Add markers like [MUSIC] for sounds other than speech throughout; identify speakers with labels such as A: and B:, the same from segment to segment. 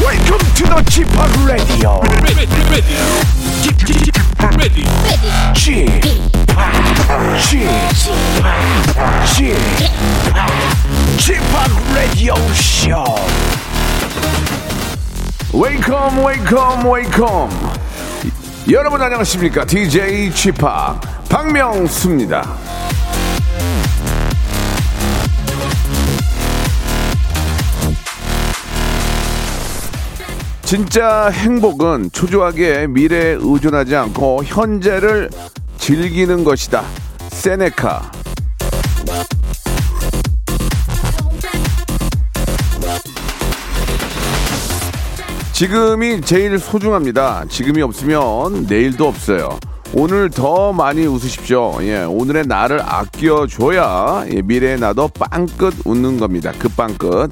A: Welcome to the g p o p Radio.
B: ready, ready, Get- get- get ready.
A: g p o p g p o p g p o p Radio Show. Welcome, welcome, welcome. 여러분 안녕하십니까? DJ g p o p 박명수입니다. 진짜 행복은 초조하게 미래에 의존하지 않고 현재를 즐기는 것이다. 세네카. 지금이 제일 소중합니다. 지금이 없으면 내일도 없어요. 오늘 더 많이 웃으십시오. 예, 오늘의 나를 아껴줘야 예, 미래의 나도 빵끝 웃는 겁니다. 그 빵끝.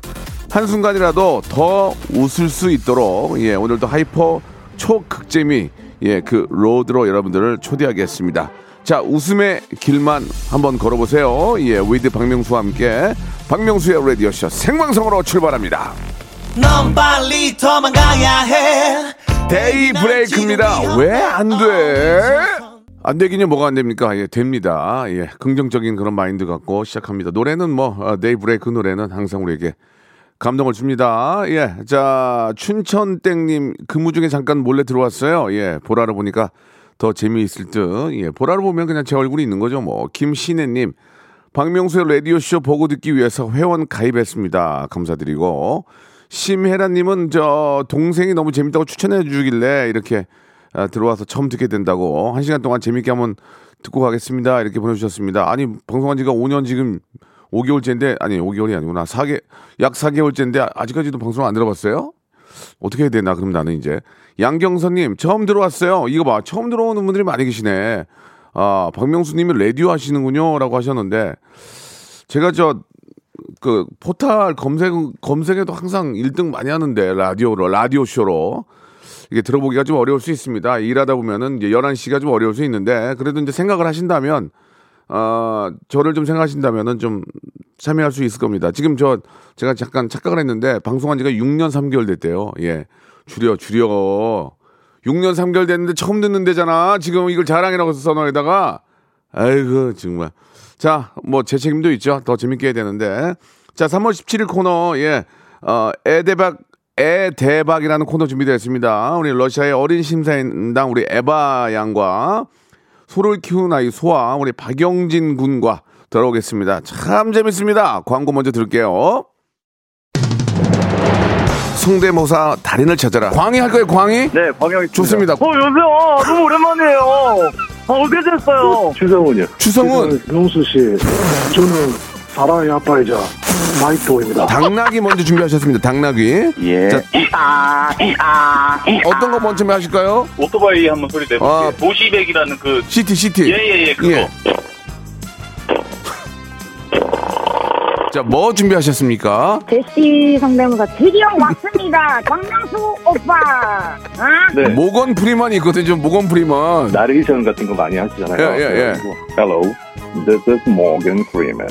A: 한순간이라도 더 웃을 수 있도록 예, 오늘도 하이퍼 초극재미 예, 그 로드로 여러분들을 초대하겠습니다. 자, 웃음의 길만 한번 걸어보세요. 예, 위드 박명수와 함께 박명수의 라디오쇼 생방송으로 출발합니다.
C: 넌 빨리 도망가야 해.
A: 데이 브레이크입니다. 왜 안 돼? 안 되긴요, 뭐가 안 됩니까? 예, 됩니다. 예, 긍정적인 그런 마인드 갖고 시작합니다. 노래는 뭐, 어, 데이 브레이크 노래는 항상 우리에게 감동을 줍니다. 예, 자, 춘천땡님, 근무 중에 잠깐 몰래 들어왔어요. 예, 보라를 보니까 더 재미있을 듯. 예, 보라를 보면 그냥 제 얼굴이 있는 거죠, 뭐. 김신혜님, 박명수의 라디오쇼 보고 듣기 위해서 회원 가입했습니다. 감사드리고. 심혜라님은 저 동생이 너무 재밌다고 추천해 주길래 이렇게 아, 들어와서 처음 듣게 된다고 한 시간 동안 재밌게 한번 듣고 가겠습니다. 이렇게 보내주셨습니다. 아니 방송한 지가 5년 지금 5개월째인데 아니 5개월이 아니구나 4개 약 4개월째인데 아직까지도 방송 안 들어봤어요? 어떻게 해야 되나 그럼 나는 이제 양경선님 처음 들어왔어요 이거 봐 처음 들어오는 분들이 많이 계시네 아 박명수님이 라디오 하시는군요라고 하셨는데 제가 저 그 포탈 검색 검색에도 항상 1등 많이 하는데 라디오로 라디오 쇼로 이게 들어보기가 좀 어려울 수 있습니다 일하다 보면은 이제 11시가 좀 어려울 수 있는데 그래도 이제 생각을 하신다면 어, 저를 좀 생각하신다면은 좀 참여할 수 있을 겁니다. 지금 저 제가 잠깐 착각을 했는데 방송한 지가 6년 3개월 됐대요. 예. 줄여 줄여. 6년 3개월 됐는데 처음 듣는 데잖아. 지금 이걸 자랑이라고 써놓에다가 아이고 정말. 자, 뭐 제 책임도 있죠. 더 재밌게 해야 되는데. 자, 3월 17일 코너 예. 어, 애대박 애대박이라는 코너 준비되어 있습니다. 우리 러시아의 어린 심사인당 우리 에바 양과 소를 키우는 아이 소아 우리 박영진 군과 돌아오겠습니다. 참 재밌습니다. 광고 먼저 들을게요. 성대모사 달인을 찾아라. 광희 할 거예요, 광희?
D: 네, 광영이
A: 좋습니다.
D: 어, 여보세요. 너무 오랜만이에요. 아, 어떻게 됐어요?
E: 최성훈이요.
A: 추성훈,
E: 명수 씨, 저는 사랑의 아빠이자 마이토입니다.
A: 당나귀 먼저 준비하셨습니다. 당나귀.
D: 예.
A: 자, 어떤 거 먼저 하실까요?
F: 오토바이 한번 소리 내볼게요.
A: 아.
F: 도시백이라는 그
A: 시티, 시티.
F: 예예예 그거.
A: 예. 자, 뭐 준비하셨습니까?
G: 제시 성대모사 드디어 왔습니다. 강명수 오빠. 어?
E: 네.
A: 모건 프리먼이 있거든요. 좀 모건
F: 네.
A: 프리먼.
E: 나레이션 같은 거 많이 하시잖아요.
A: 예, 예, 예.
E: 그래가지고, Hello, this is Morgan Freeman.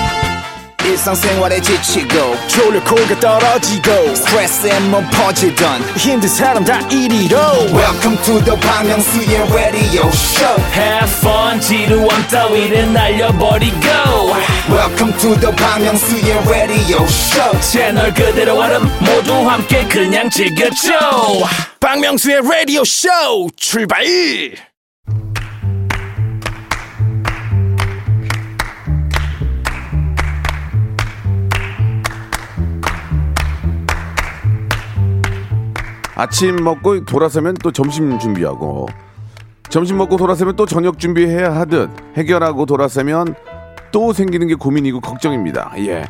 H: 일상생활에 지치고, 졸려 코가 떨어지고, 스트레스에 몸 퍼지던, 힘든 사람 다 이리로. welcome to the Bang Myung-soo's radio show
C: Have fun, 지루함 따위를 날려버리고.
H: welcome to the Bang Myung-soo's radio show
C: 채널 그대로 와름 모두 함께 그냥 즐겨줘. 박명수의 라디오 쇼 출발!
A: 아침 먹고 돌아서면 또 점심 준비하고 점심 먹고 돌아서면 또 저녁 준비해야 하듯 해결하고 돌아서면 또 생기는 게 고민이고 걱정입니다. 예.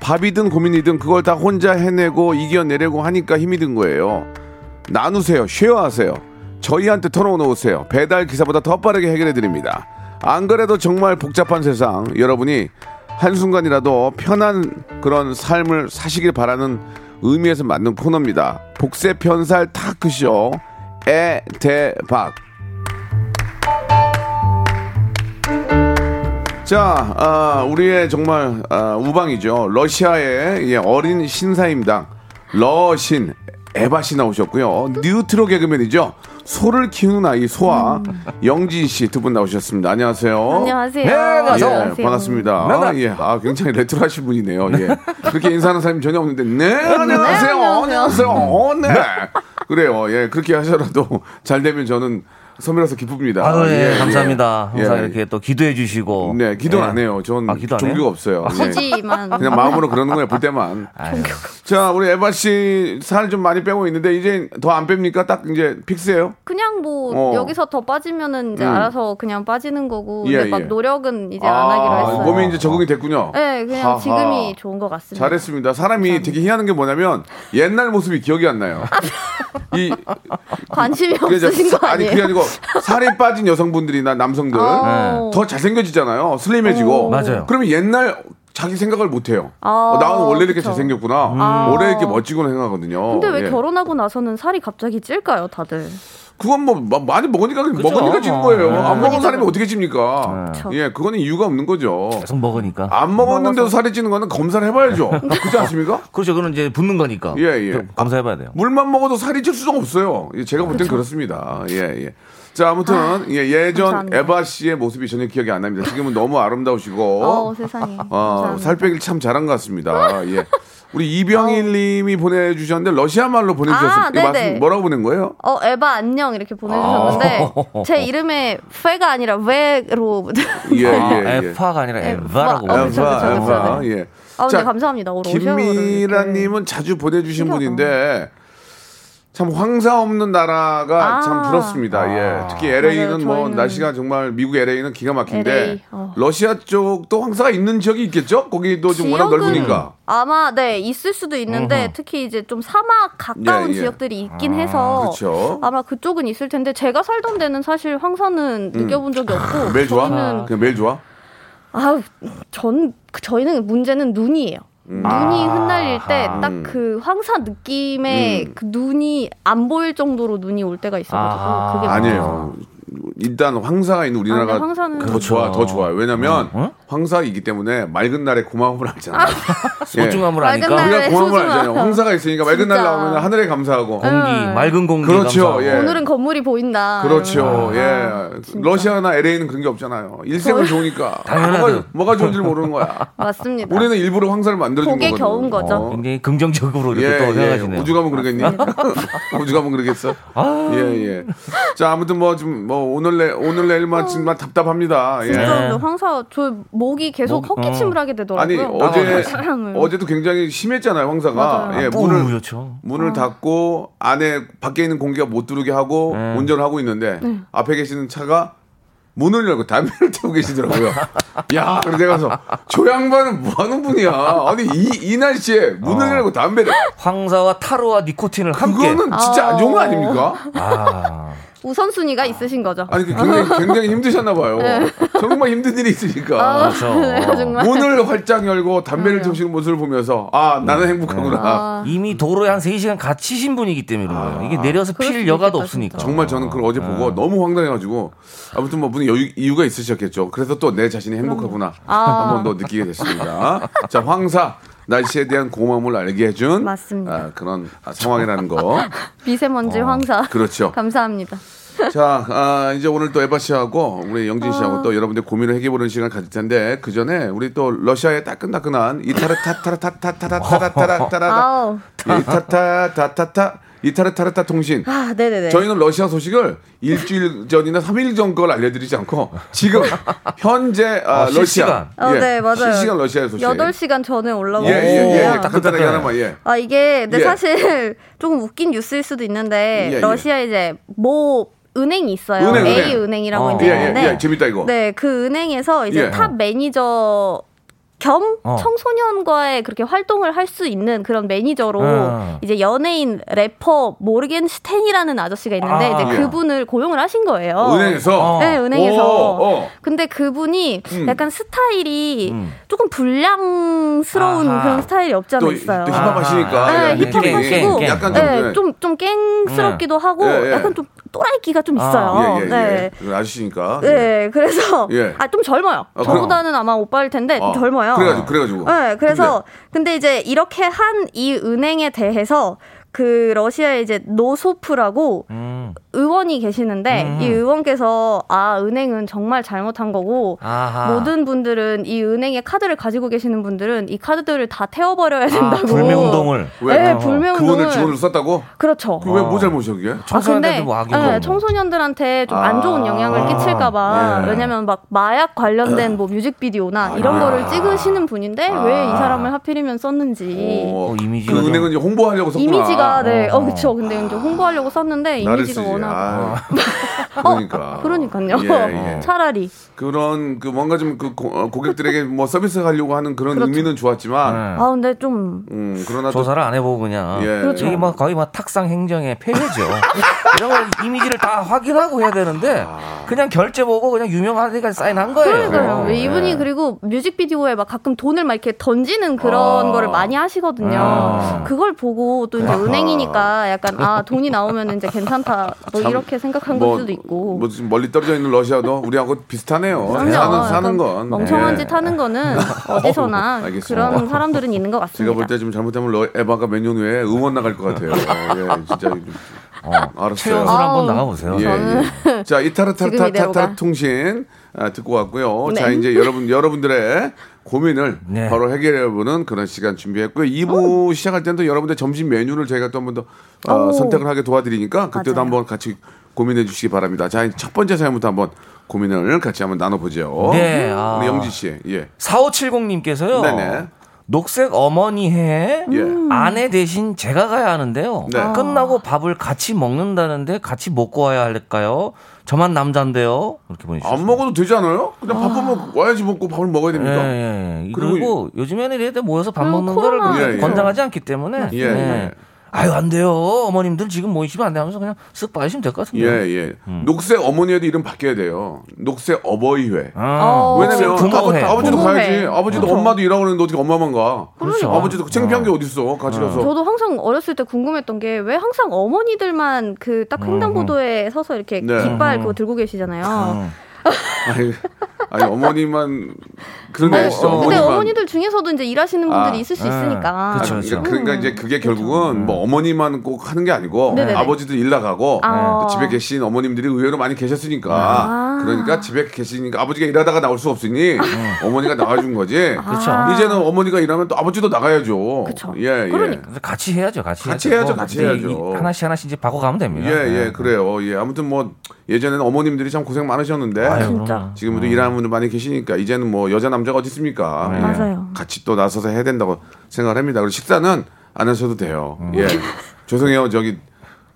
A: 밥이든 고민이든 그걸 다 혼자 해내고 이겨내려고 하니까 힘이 든 거예요. 나누세요. 쉐어하세요. 저희한테 털어놓으세요. 배달 기사보다 더 빠르게 해결해 드립니다. 안 그래도 정말 복잡한 세상 여러분이 한순간이라도 편한 그런 삶을 사시길 바라는 의미에서 만든 코너입니다. 복세 편살 타크쇼 애대박. 자, 아, 우리의 정말 아, 우방이죠. 러시아의 예, 어린 신사임당 러신 에바 씨 나오셨고요. 뉴트로 개그맨이죠. 소를 키우는 아이 소아 영진 씨 두 분 나오셨습니다. 안녕하세요.
I: 안녕하세요.
J: 네,
A: 예,
I: 안녕하세요.
A: 반갑습니다. 예, 아 굉장히 레트로하신 분이네요. 예, 그렇게 인사하는 사람이 전혀 없는데, 네, 안녕하세요, 안녕하세요, 어, 네. 그래요, 예, 그렇게 하셔라도 잘 되면 저는 선배라서 기쁩니다.
J: 아유, 예,
A: 예.
J: 감사합니다. 항상
A: 예.
J: 이렇게 또 기도해
I: 어.
J: 주시고.
A: 네, 기도 안
J: 예.
A: 해요. 전
J: 아, 기도 안 해요?
A: 종교가 없어요. 예.
I: 굳이만
A: 그냥 마음으로 그러는 거예요. 볼 때만.
J: 아유,
A: 자, 우리 에바 씨 살을 좀 많이 빼고 있는데 이제 더 안 뺍니까? 딱 이제 픽스예요.
I: 그냥 뭐
A: 어.
I: 여기서 더 빠지면은 이제
A: 음.
I: 알아서 그냥 빠지는 거고
A: 예,
I: 근데 막
A: 예.
I: 노력은 이제
A: 아,
I: 네, 안 하기로 했어요.
A: 몸이 이제 적응이 됐군요.
I: 네, 그냥
A: 하하.
I: 지금이 좋은 것 같습니다.
A: 잘했습니다. 사람이 되게 희한한 게 뭐냐면 옛날 모습이 기억이 안
I: [LAUGHS]
A: 나요. 이
I: 관심이
A: 그게 이제
I: 없으신 거
A: 사- 아니
I: 아니에요?
A: 그게 아니고 어. 살이 빠진 여성분들이나 남성들
J: 네.
I: 아우.
A: 더 잘생겨지잖아요. 슬림해지고.
I: 오.
J: 어. 맞아요.
A: 그러면 옛날 자기 생각을 못 해요.
I: 아,
A: 어, 나는 원래 이렇게
I: 그쵸.
A: 잘생겼구나.
J: 음.
I: 아.
A: 원래 이렇게 멋지구나 생각하거든요.
I: 근데 왜
A: 예.
I: 결혼하고 나서는 살이 갑자기 찔까요, 다들?
A: 그건 뭐 마- 많이 먹으니까 먹으니까 찌는
J: 어.
A: 거예요.
J: 네.
A: 안 먹은
I: 그러니까.
A: 사람이 어떻게 찝니까?
I: 그쵸.
A: 예, 그거는 이유가 없는 거죠.
J: 계속 먹으니까.
A: 안 먹었는데도 살이 찌는 거는 검사를
I: [LAUGHS]
A: 해봐야죠. 그렇지 않습니까?
J: 그렇죠. 그건 이제 붙는 거니까.
A: 예, 예.
J: 좀 감사해봐야 돼요.
A: 물만 먹어도 살이 찔 수가 없어요. 예, 제가 볼 땐 그렇습니다. 예, 예. 자, 아무튼 예, 예전
I: 감사합니다.
A: 에바 씨의 모습이 전혀 기억이 안 납니다. 지금은 너무 아름다우시고
I: 어, 세상에.
A: 아,
I: 감사합니다.
A: 살 빼길 참 잘한 것 같습니다. 예. 우리 이병일님이 보내주셨는데 러시아 말로
I: 어. 아,
A: 보내주셨습니다.
I: 네네.
A: 뭐라고 보낸 거예요?
I: 어, 에바 안녕 이렇게 보내주셨는데
J: 아. [LAUGHS]
I: 제 이름에 페가 아니라 왜로 [LAUGHS]
A: 예,
J: 아,
A: 예, 예.
J: 에파가 아니라 에바라고. 네.
I: 에바. 어, 그쵸, 그쵸,
A: 에바,
I: 그쵸.
A: 에바, 예.
I: 아,
A: 자,
I: 네, 감사합니다. 오늘 오셔서 이렇게.
A: 김미라님은 자주 보내주신
I: 신기하다.
A: 분인데 참 황사 없는 나라가
I: 아.
A: 참 부럽습니다.
J: 아.
A: 예, 특히 LA는
I: 맞아요, 네,
A: 뭐
I: 저희는-
A: 날씨가 정말 미국 LA는 기가 막힌데
I: LA, 어.
A: 러시아 쪽도 황사가 있는 지역이 있겠죠? 거기도 좀 워낙
I: 지역은
A: 넓으니까.
I: 아마 네 있을 수도 있는데 특히 이제 좀 사막 가까운
A: 예, 예.
I: 지역들이 있긴 해서
A: 그렇죠.
I: 아마 그쪽은 있을 텐데 제가 살던 데는 사실 황사는 느껴본 적이 없고
A: 매일 음. 좋아?
I: 저희는
A: 그냥 매일 좋아?
I: 아전 저희는 문제는 눈이에요.
A: 음.
I: 눈이
A: 아,
I: 흩날릴 때 딱 그 황사 느낌의
A: 음.
I: 그 눈이 안 보일 정도로 눈이 올 때가 있어가지고
J: 아.
I: 그게
A: 아니에요. 일단 황사가 있는 우리나라가
I: 아니, 황사는-
A: 더
J: 그렇죠. 어?
A: 좋아, 더 좋아요. 왜냐면 황사이기 때문에 맑은 날에 고마움을 알잖아요. 예.
J: 소중함을 아니까.
I: 맑은 날-
A: 우리가 고마움을
I: 네, 소중함.
A: 알잖아요. 황사가 있으니까 맑은 날
I: 진짜. 음.
A: 나오면 하늘에 감사하고
I: 어.
J: 공기, 맑은 공기.
A: 그렇죠,
J: 감사하고.
A: 예.
I: 오늘은 건물이 보인다.
J: 아.
A: 그렇죠. 예.
I: 진짜.
A: 러시아나 LA는 그런 게 없잖아요. 일생을 좋으니까.
J: [LAUGHS] 당연하죠.
A: 뭐가, 뭐가 좋은지 모르는
J: [LAUGHS]
A: 거야.
I: 맞습니다.
A: 우리는 일부러 황사를 만들어준
I: 복에
A: 거거든.
I: 겨운 거죠.
A: 어.
J: 굉장히 긍정적으로
A: 예,
J: 이렇게 또
A: 예.
J: 생각하시네요.
A: 우주 가면
I: [LAUGHS]
A: 그러겠니? 우주 가면 뭐 그러겠어?
J: 아.
A: 예, 예. 자, 아무튼 뭐, 지금 뭐, 오늘 내, 오늘 내일만
I: 어.
A: 정말 답답합니다. 예.
I: 진짜
J: 네.
I: 근데 황사 저 목이 계속
J: 목,
I: 헛기침을
J: 어.
I: 하게
A: 아니,
I: 되더라고요.
A: 어제,
I: 사람을.
A: 어제도 굉장히 심했잖아요, 황사가.
I: 맞아요.
A: 예,
J: 오늘
A: 문을,
J: 그렇죠.
A: 문을 닫고 안에 밖에 있는 공기가 못 들어오게 하고
J: 네.
A: 운전을 하고 있는데
I: 네.
A: 앞에 계시는 차가 문을 열고 담배를 [LAUGHS] 태우고 계시더라고요. 야, 그래서 내가 가서 저 양반은 뭐 하는 분이야. 아니 이, 이 날씨에 문을
J: 어.
A: 열고 담배를
J: 황사와 타로와 니코틴을 함께.
A: 그거는 진짜 안 좋은 거 아닙니까?
J: 아,
I: 우선순위가 있으신 거죠.
A: 아니 그 굉장히, 굉장히 힘드셨나 봐요. 정말 힘든 일이
I: [LAUGHS]
A: 있으니까.
J: 그렇죠.
I: 네. 아, 정말.
A: 문을 활짝 열고 담배를 태우시는 모습을 보면서 아
J: 음.
A: 나는 행복하구나.
I: 아.
J: 이미 도로에 한 3시간 갇히신 분이기 때문에 그런 거예요. 이게 내려서
I: 그럴
J: 필
I: 수도
J: 여가도
I: 있겠다,
J: 없으니까.
A: 아, 정말 저는 그걸 어제
I: 네.
A: 보고 너무 황당해가지고 아무튼 뭐 무슨 여유, 이유가 있으셨겠죠. 그래서 또 내 자신이 행복하구나
I: 아.
A: 한 번 더 느끼게 됐습니다. 자 황사 날씨에 대한 고마움을 알게 해준
I: 맞습니다.
A: 아, 그런 아, 상황이라는 거
I: 미세먼지
J: 어,
I: 황사.
A: 그렇죠.
I: 감사합니다.
A: 자 아, 이제 오늘 또 에바 씨하고 우리 영진
I: 아.
A: 씨하고 또 여러분들 고민을 해결해보는 시간 가질 텐데 그 전에 우리 또 러시아의 따끈따끈한 이타르타타타타타타타타타타타타
I: [LAUGHS] 아우.
A: 이타타타타타타 이타르타르타 통신
I: 아, 네네네.
A: 저희는 러시아 소식을 일주일 전이나 3일 전 걸 알려드리지 않고 지금 현재 아,
J: 어,
A: 러시아
J: 실시간.
I: 어, 네, 맞아요.
A: 실시간 러시아의 소식.
I: 8시간 전에 올라오고.
A: 예, 예, 예.
I: 있는데요.
A: 간단하게 하나만 예.
I: 아, 이게, 근데
A: 예.
I: 사실 [LAUGHS] 조금 웃긴 뉴스일 수도 있는데,
A: 예, 예.
I: 러시아 이제 뭐 은행이 있어요.
A: 은행, 은행.
I: A은행이라고
J: 어.
I: 이제
A: 예, 예,
I: 있는데,
A: 예. 재밌다 이거.
I: 네, 그 은행에서 이제
A: 예.
I: 탑 매니저 겸
J: 어.
I: 청소년과의 그렇게 활동을 할 수 있는 그런 매니저로
J: 아.
I: 이제 연예인 래퍼 모르겐 스탠이라는 아저씨가 있는데
J: 아.
I: 이제 그분을 고용을 하신 거예요.
J: 어.
A: 은행에서?
I: 네, 은행에서.
A: 오, 어.
I: 근데 그분이
A: 음.
I: 약간 스타일이
J: 음.
I: 조금 불량스러운
J: 아하.
I: 그런 스타일이 없지 않아
A: 또, 또
I: 있어요.
A: 힙합 하시니까
J: 아,
A: 약간
J: 네,
A: 느낌이
J: 힙합하시고,
A: 약간 좀,
I: 네,
A: 네.
I: 좀, 좀 깽스럽기도 하고
A: 예, 예.
I: 약간 좀 또라이기가 좀
J: 아.
I: 있어요.
A: 예, 예, 예.
I: 네.
A: 이건 아저씨니까.
I: 네, 그래서
A: 예.
I: 아 좀 젊어요.
A: 아,
I: 저보다는 아마 오빠일 텐데 좀
A: 아,
I: 젊어요.
A: 그래가지고, 그래가지고.
I: 네, 그래서 근데 이제 이렇게 한 이 은행에 대해서 그 러시아의 이제 노소프라고
J: 음.
I: 의원이 계시는데
J: 음.
I: 이 의원께서 아 은행은 정말 잘못한 거고
J: 아하.
I: 모든 분들은 이 은행에 카드를 가지고 계시는 분들은 이 카드들을 다 태워버려야
J: 아,
I: 된다고.
J: 불명동을.
A: 왜?
I: 네,
A: 어. 그
I: 불매운동을.
A: 오늘 지원을 썼다고?
I: 그렇죠.
A: 그 왜 뭐 잘못이야 그게?
I: 아, 근데
J: 청소년들도 뭐 악인
I: 네,
J: 거고.
I: 청소년들한테 좀
A: 아.
I: 안 좋은 영향을
J: 아,
I: 끼칠까봐
A: 예.
I: 왜냐면 막 마약 관련된 뭐 뮤직비디오나
J: 예.
I: 이런 거를 찍으시는 분인데
J: 아.
I: 왜 이 사람을 하필이면 썼는지
A: 어,
J: 어, 이미지가
A: 그
J: 좀-
A: 은행은 이제 홍보하려고 썼구나.
I: 이미지가 네,
J: 어.
I: 어 그쵸. 근데 이제 홍보하려고 썼는데
A: 나를
I: 이미지가
A: 쓰지.
I: 워낙
A: 아,
I: 어,
A: [LAUGHS] 그러니까.
I: 그러니까요.
A: 예, 예.
I: [LAUGHS] 차라리
A: 그런 그 뭔가 좀 그 고객들에게 뭐 서비스 하려고 하는 그런
I: 그렇죠.
A: 의미는 좋았지만,
I: 아 근데 좀
A: 음 그러나 또
J: 네. 조사를 안 해보고 그냥
A: 예. 그렇죠.
J: 이게 뭐 거의 뭐 탁상 행정의 폐해죠. [LAUGHS] 이런 거 이미지를 다 확인하고 해야 되는데
A: 아.
J: 그냥 결제 보고 그냥 유명한 데까지 사인한 거예요.
I: 그러니까요.
A: 네.
J: 예.
I: 이분이 그리고 뮤직비디오에 막 가끔 돈을 막 이렇게 던지는 그런
A: 아.
I: 거를 많이 하시거든요.
J: 아.
I: 그걸 보고 또 이제 은행이니까 약간 아 돈이 나오면 이제 괜찮다 뭐
A: 참,
I: 이렇게 생각한 걸 수도 있고.
A: 뭐 지금 멀리 떨어져 있는 러시아도 우리하고 비슷하네요.
I: 그럼요.
A: 사는
I: 약간
A: 사는 건
I: 멍청한
A: 예.
I: 짓 하는 거는
A: [LAUGHS]
I: 어디서나
A: 알겠습니다.
I: 그런 사람들은 있는 것 같습니다.
A: 제가 볼 때 좀 잘못하면 러, 에바가 몇 년 후에 응원 나갈 것
J: [LAUGHS]
A: 같아요. 예, 진짜
J: 어.
A: 알았어요.
J: 최연소 한번
I: 아우.
J: 나가보세요.
A: 예, 예. 자,
I: 지금
A: 이타르타르타르
I: 이대로가.
A: 통신 아, 듣고 왔고요.
I: 네.
A: 자, 이제 여러분 여러분들의 고민을
J: 네.
A: 바로 해결해보는 그런 시간 준비했고요. 2부 시작할 때도 여러분들 점심 메뉴를 저희가 또 한 번 더 어,
I: 어. 오.
A: 선택을 하게 도와드리니까 그때도
I: 맞아요.
A: 한번 같이 고민해 주시기 바랍니다. 자, 이제 첫 번째 사연부터 한번 고민을 같이 한번 나눠보죠.
J: 네, 아.
A: 우리 영지 씨, 예.
J: 4570님께서요.
A: 네네.
J: 녹색 어머니 해에
A: 예.
I: 음.
J: 아내 대신 제가 가야 하는데요.
A: 네.
I: 아.
J: 끝나고 밥을 같이 먹는다는데 같이 먹고 와야 할까요? 저만 남잔데요. 이렇게 보내주셨어요.
A: 안 먹어도 되지 않아요? 그냥 바쁘면 와야지 먹고 밥을 먹어야
J: 예,
A: 됩니까?
J: 예. 이-
A: 그리고
J: 그리고 요즘에는 이래도 모여서 밥
I: 그리고
J: 먹는
I: 코로나.
J: 거를
A: 예, 예.
J: 권장하지 않기 때문에.
A: 예, 예.
J: 아유 안 돼요 어머님들 지금 모이시면 안 돼 하면서 그냥 쓱 빠지시면 될 것 같은데.
A: 예, 예.
J: 음.
A: 녹색 어머니에도 이름 바뀌어야 돼요. 녹색 어버이회.
J: 아,
I: 어.
A: 왜냐면
J: 부모회.
A: 아버, 지도
I: 부모회.
A: 가야지. 아버지도 엄마도 일하고 그러는데 어떻게 엄마만 가?
J: 그렇죠.
A: 아버지도 그 창피한 게 어딨어? 같이 가서.
I: 저도 항상 어렸을 때 궁금했던 게 왜 항상 어머니들만 그 딱 횡단보도에 서서 이렇게
A: 음. 네. 어.
I: 깃발 그거 들고 계시잖아요.
A: 아니, 아니 어머니만 그런 게
I: 아니,
A: 아시죠?
I: 근데
A: 어머니만.
I: 어머니들 중에서도 이제 일하시는 분들이
A: 아,
I: 있을 수
J: 예.
I: 있으니까.
A: 그러니까,
J: 그쵸, 그렇죠.
A: 그러니까 이제 그게 결국은 뭐 어머니만 꼭 하는 게 아니고
I: 네네네.
A: 아버지도 일 나가고
I: 아.
A: 네. 또 집에 계신 어머님들이 의외로 많이 계셨으니까
I: 아.
A: 그러니까 집에 계시니까 아버지가 일하다가 나올 수 없으니 어머니가 나와준 거지.
J: 그렇죠.
I: 아.
A: 이제는 어머니가 일하면 또 아버지도 나가야죠.
I: 그쵸.
A: 예, 예.
I: 그러니까.
J: 그래서 같이 해야죠, 같이.
A: 같이 해야죠, 같이
J: 이-
A: 해야죠.
J: 이- 하나씩 하나씩 이제 바꿔가면 됩니다.
A: 예, 예,
J: 네.
A: 그래요. 예, 아무튼 뭐 예전에는 어머님들이 참 고생 많으셨는데
J: 아유, 음.
I: 진짜.
A: 지금도 일하는 분들 많이 계시니까 이제는 뭐 여자 남자가 어디 있습니까?
J: 네.
A: 예.
I: 맞아요.
A: 같이 또 나서서 해야 된다고 생각을 합니다. 그리고 식사는 안 하셔도 돼요.
J: 음.
A: 예, 죄송해요. 저기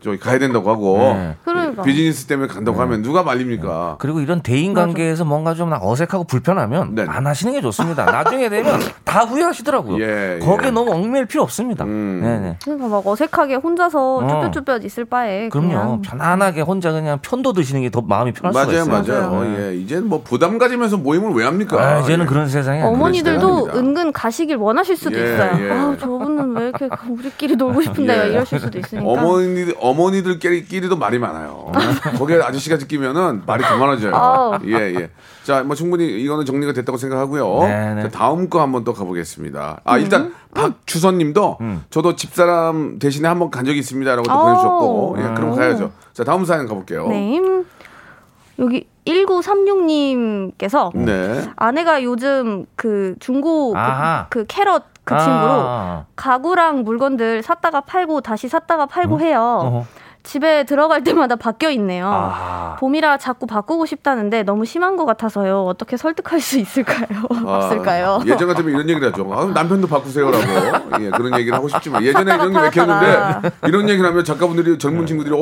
A: 저기 가야 된다고 하고
J: 네.
I: 그러니까.
A: 비즈니스 때문에 간다고 하면 누가 말립니까?
J: 그리고 이런 대인 관계에서 뭔가 좀 어색하고 불편하면
A: 네.
J: 안 하시는 게 좋습니다. 나중에 되면 다 후회하시더라고요.
A: 예,
J: 거기에
A: 예.
J: 너무 얽매일 필요 없습니다.
A: 음.
J: 네네.
I: 그러니까 막 어색하게 혼자서
J: 어.
I: 쭈뼛쭈뼛 있을 바에
J: 그럼요.
I: 그냥
J: 편안하게 혼자 그냥 편도 드시는 게 더 마음이 편할 수가
A: 맞아요,
J: 있어요.
A: 맞아요.
J: 네.
A: 예, 이제는 뭐 부담 가지면서 모임을 왜 합니까?
J: 아, 이제는
A: 예.
J: 그런 세상이 아니에요.
I: 어머니들도
A: 그러시다랍니다.
I: 은근 가시길 원하실 수도
A: 예,
I: 있어요.
A: 예.
I: 아, 저분은 왜 이렇게 [LAUGHS] 우리끼리 놀고 싶은데요.
A: 예.
I: 이러실 수도 있으니까.
A: 어머니 어머니들끼리도 말이 많아요. 거기에 아저씨가 끼면은 말이 더 많아져요.
I: 아우.
A: 예 예. 자, 뭐 충분히 이거는 정리가 됐다고 생각하고요.
J: 네, 네.
A: 자, 다음 거 한번 또 가보겠습니다. 아
I: 음.
A: 일단 박주선님도
J: 음.
A: 저도 집사람 대신에 한번 간 적이 있습니다라고 또
I: 아우.
A: 보내주셨고, 예, 그럼 가야죠. 자, 다음 사연 가볼게요.
I: 네. 여기 1936님께서
A: 네.
I: 아내가 요즘 그 중고 그,
J: 아하.
I: 그 캐럿 그
J: 아.
I: 친구로 가구랑 물건들 샀다가 팔고 다시 샀다가 팔고 해요.
J: 어허.
I: 집에 들어갈 때마다 바뀌어 있네요.
A: 아하.
I: 봄이라 자꾸 바꾸고 싶다는데 너무 심한 것 같아서요. 어떻게 설득할 수 있을까요? [LAUGHS] 음, 없을까요?
A: 아, 예전 같으면 이런 얘기를 하죠. 아, 남편도 바꾸세요라고. 예, 그런 얘기를 하고 싶지만 예전에 이런 게왜
I: [LAUGHS]
A: 했는데 이런 얘기를 하면 작가분들이
J: 네.
A: 젊은 친구들이 어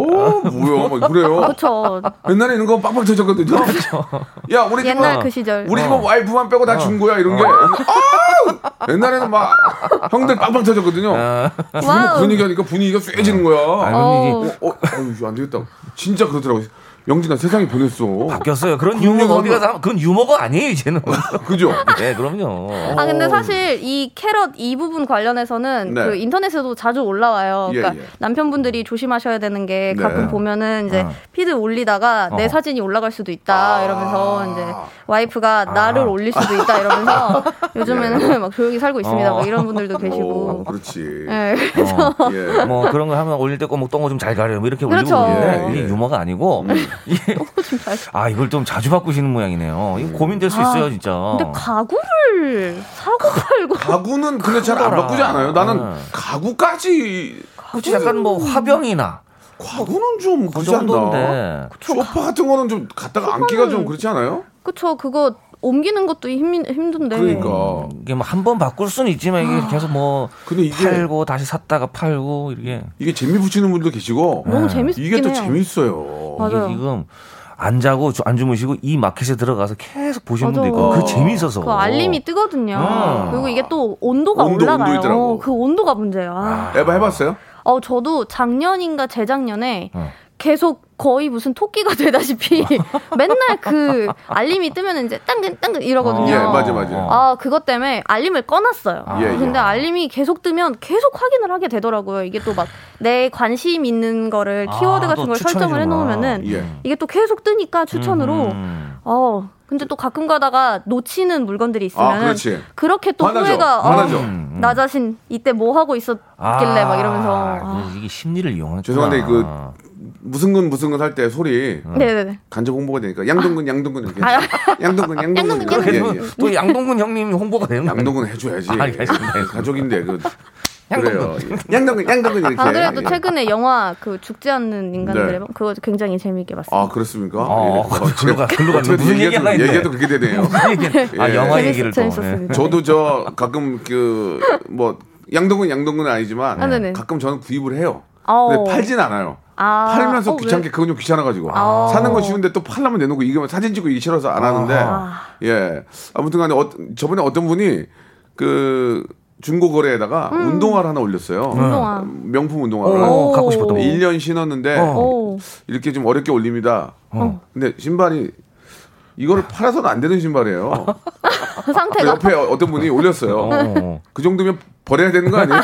A: 뭐야 막 그래요.
I: 그렇죠.
A: 옛날에 이런 거 빡빡 터졌거든요.
J: 어, 그렇죠.
A: 야 우리 집은 어.
I: 옛날 그 시절.
A: 아. 우리 집은 와이프만 빼고
J: 어.
A: 다 준 거야 이런 게. 아! 옛날에는 막 형들 빵빵 터졌거든요. 그리고
I: 와우.
A: 그런 얘기하니까 분위기가 쎄해지는
J: 아,
A: 거야.
J: 이런
A: 어, 어, 아유, 안 되겠다. 진짜 그러더라고. 영진아 세상이 변했어.
J: 바뀌었어요. 그런
A: 그런
J: 유머가
A: 유머.
J: 어디 가서 하면 그건 유머가 아니에요 이제는.
A: 그죠?
J: [LAUGHS] 네, 그럼요.
I: 아 근데
A: 어.
I: 사실 이 캐럿 이 부분 관련해서는
J: 네.
I: 그 인터넷에도 자주 올라와요.
J: 예,
I: 그러니까
J: 예.
I: 남편분들이 조심하셔야 되는 게
A: 네.
I: 가끔 보면은 이제 피드 올리다가
A: 어.
I: 내 사진이 올라갈 수도 있다 이러면서 이제 와이프가
A: 아. 예.
I: 나를 올릴 수도
A: [LAUGHS]
I: 있다 이러면서 요즘에는 [LAUGHS] 막 조용히 살고 있습니다. 막 이런 분들도 계시고.
A: 어, 그렇지.
I: 예.
J: 어.
A: 예.
J: 뭐 그런 거 하면 올릴 때 꼭뭐 똥어 좀 잘 가려 뭐 이렇게
I: 그렇죠.
J: 올리고 그러는데
I: 예.
J: 이게 유머가 아니고 이게 아 이걸 좀 자주 바꾸시는 모양이네요. 이거 고민될 수
I: 아,
J: 있어요 진짜.
I: [LAUGHS] 근데 가구를 사고 팔고
A: 가구는 근데 잘 안 바꾸지 않아요. 나는 가구까지
J: 그치 약간 뭐
I: 음.
J: 화병이나
A: 가구는 좀
J: 그
A: 그렇지 않나.
J: 정도인데.
A: 소파 같은 거는 좀 갔다가 앉기가 좀 그렇지 않아요?
I: 그쵸 그거 옮기는 것도 힘 힘든데.
A: 그러니까.
J: 이게 뭐 한 번 바꿀 수는 있지만
I: 아.
J: 이게 계속 뭐 팔고 다시 샀다가 팔고 이게
A: 이게 재미 붙이는 분도 계시고
I: 너무 어. 재밌긴
A: 예. 이게 또
I: 해요.
A: 재밌어요.
I: 맞아요.
J: 이게 지금 안 자고 주- 안 주무시고 이 마켓에 들어가서 계속 보시는
I: 맞아.
J: 분도 있고 그 재미있어서.
I: 그 알림이 뜨거든요.
J: 아.
I: 그리고 이게 또 온도가
A: 온도,
I: 올라가요.
A: 온도 있더라고.
I: 어, 그 온도가 문제예요. 아.
A: 에바 해봤어요?
I: 어, 저도 작년인가 재작년에
A: 어.
I: 계속 거의 무슨 토끼가 [LAUGHS] 되다시피 맨날 그 알림이 뜨면 이제 땅근땅근 이러거든요.
A: 예, 맞아, 맞아.
J: 어.
I: 아, 그것 때문에 알림을 꺼놨어요.
A: 아. 예, 예.
I: 근데 알림이 계속 뜨면 계속 확인을 하게 되더라고요. 이게 또 막 내 관심 있는 거를 키워드
J: 아,
I: 같은
J: 또
I: 걸 설정을
J: 추천해주구나.
I: 해놓으면은
J: 예.
I: 이게 또 계속 뜨니까 추천으로
A: 음,
J: 음.
I: 어 근데 또 가끔 가다가 놓치는
A: 아,
I: 물건들이 있으면
A: 그렇지.
I: 그렇게또
A: 화나죠.
I: 후회가
A: 화나죠.
I: 어, 나 자신 이때 뭐 하고 있었길래
A: 아.
I: 막 이러면서 아,
J: 그 이게 심리를 이용하는.
A: 죄송한데 그 무슨 근 무슨 근 할 때 소리
I: 네네네
A: 간접 홍보가 되니까 양동근 양동근 이렇게
I: 아,
A: [LAUGHS] 양동근 양동근
J: 그렇게
A: 예,
J: 해도
A: 예.
J: 또 양동근 형님 홍보가 되는 거 [LAUGHS]
A: 양동근 해줘야지
J: 아, 알겠습니다.
A: 가족인데 그 그래요 예. 양동근 양동근 이렇게
I: 아 그래도
A: 예.
I: 최근에 영화 그 죽지 않는 인간들
A: 네.
I: 앨범 그거 굉장히 재미있게 봤어요.
A: 아 그렇습니까? 어,
J: 아, 글로 가- 글로 갔네. 무슨 얘기
A: 얘기해도,
J: 하나 했네.
A: 얘기해도 그렇게 되네요.
J: 무슨 얘기를-
A: 예.
J: 아, 영화 재밌- 얘기를 또,
I: 재밌었습니다. 네.
A: 저도 저 가끔 그 뭐 양동근 양동근은 아니지만
I: 아, 네네.
A: 가끔 저는 구입을 해요.
I: 아,
A: 근데
I: 어.
A: 팔진 않아요.
I: 아,
A: 팔면서
I: 어, 왜?
A: 귀찮게 그건 좀 귀찮아가지고
I: 아.
A: 사는 건 쉬운데 또 팔려면 내놓고 이게 뭐 사진 찍고 이기 싫어서 안 하는데
I: 아.
A: 예 아무튼간에 어, 저번에 어떤 분이 그 중고 거래에다가 운동화를 하나 올렸어요.
I: 음. 네. 운동화.
A: 명품 운동화를
J: 오, 어, 갖고 싶었던 거.
A: 1년 신었는데
I: 오.
A: 이렇게 좀 어렵게 올립니다. 근데 신발이 이거를 팔아서는 안 되는 신발이에요.
I: [LAUGHS] 상태가
A: 옆에 어- 어떤 분이 올렸어요.
J: 어.
A: 그 정도면 버려야 되는 거
I: [LAUGHS]
A: 아니에요?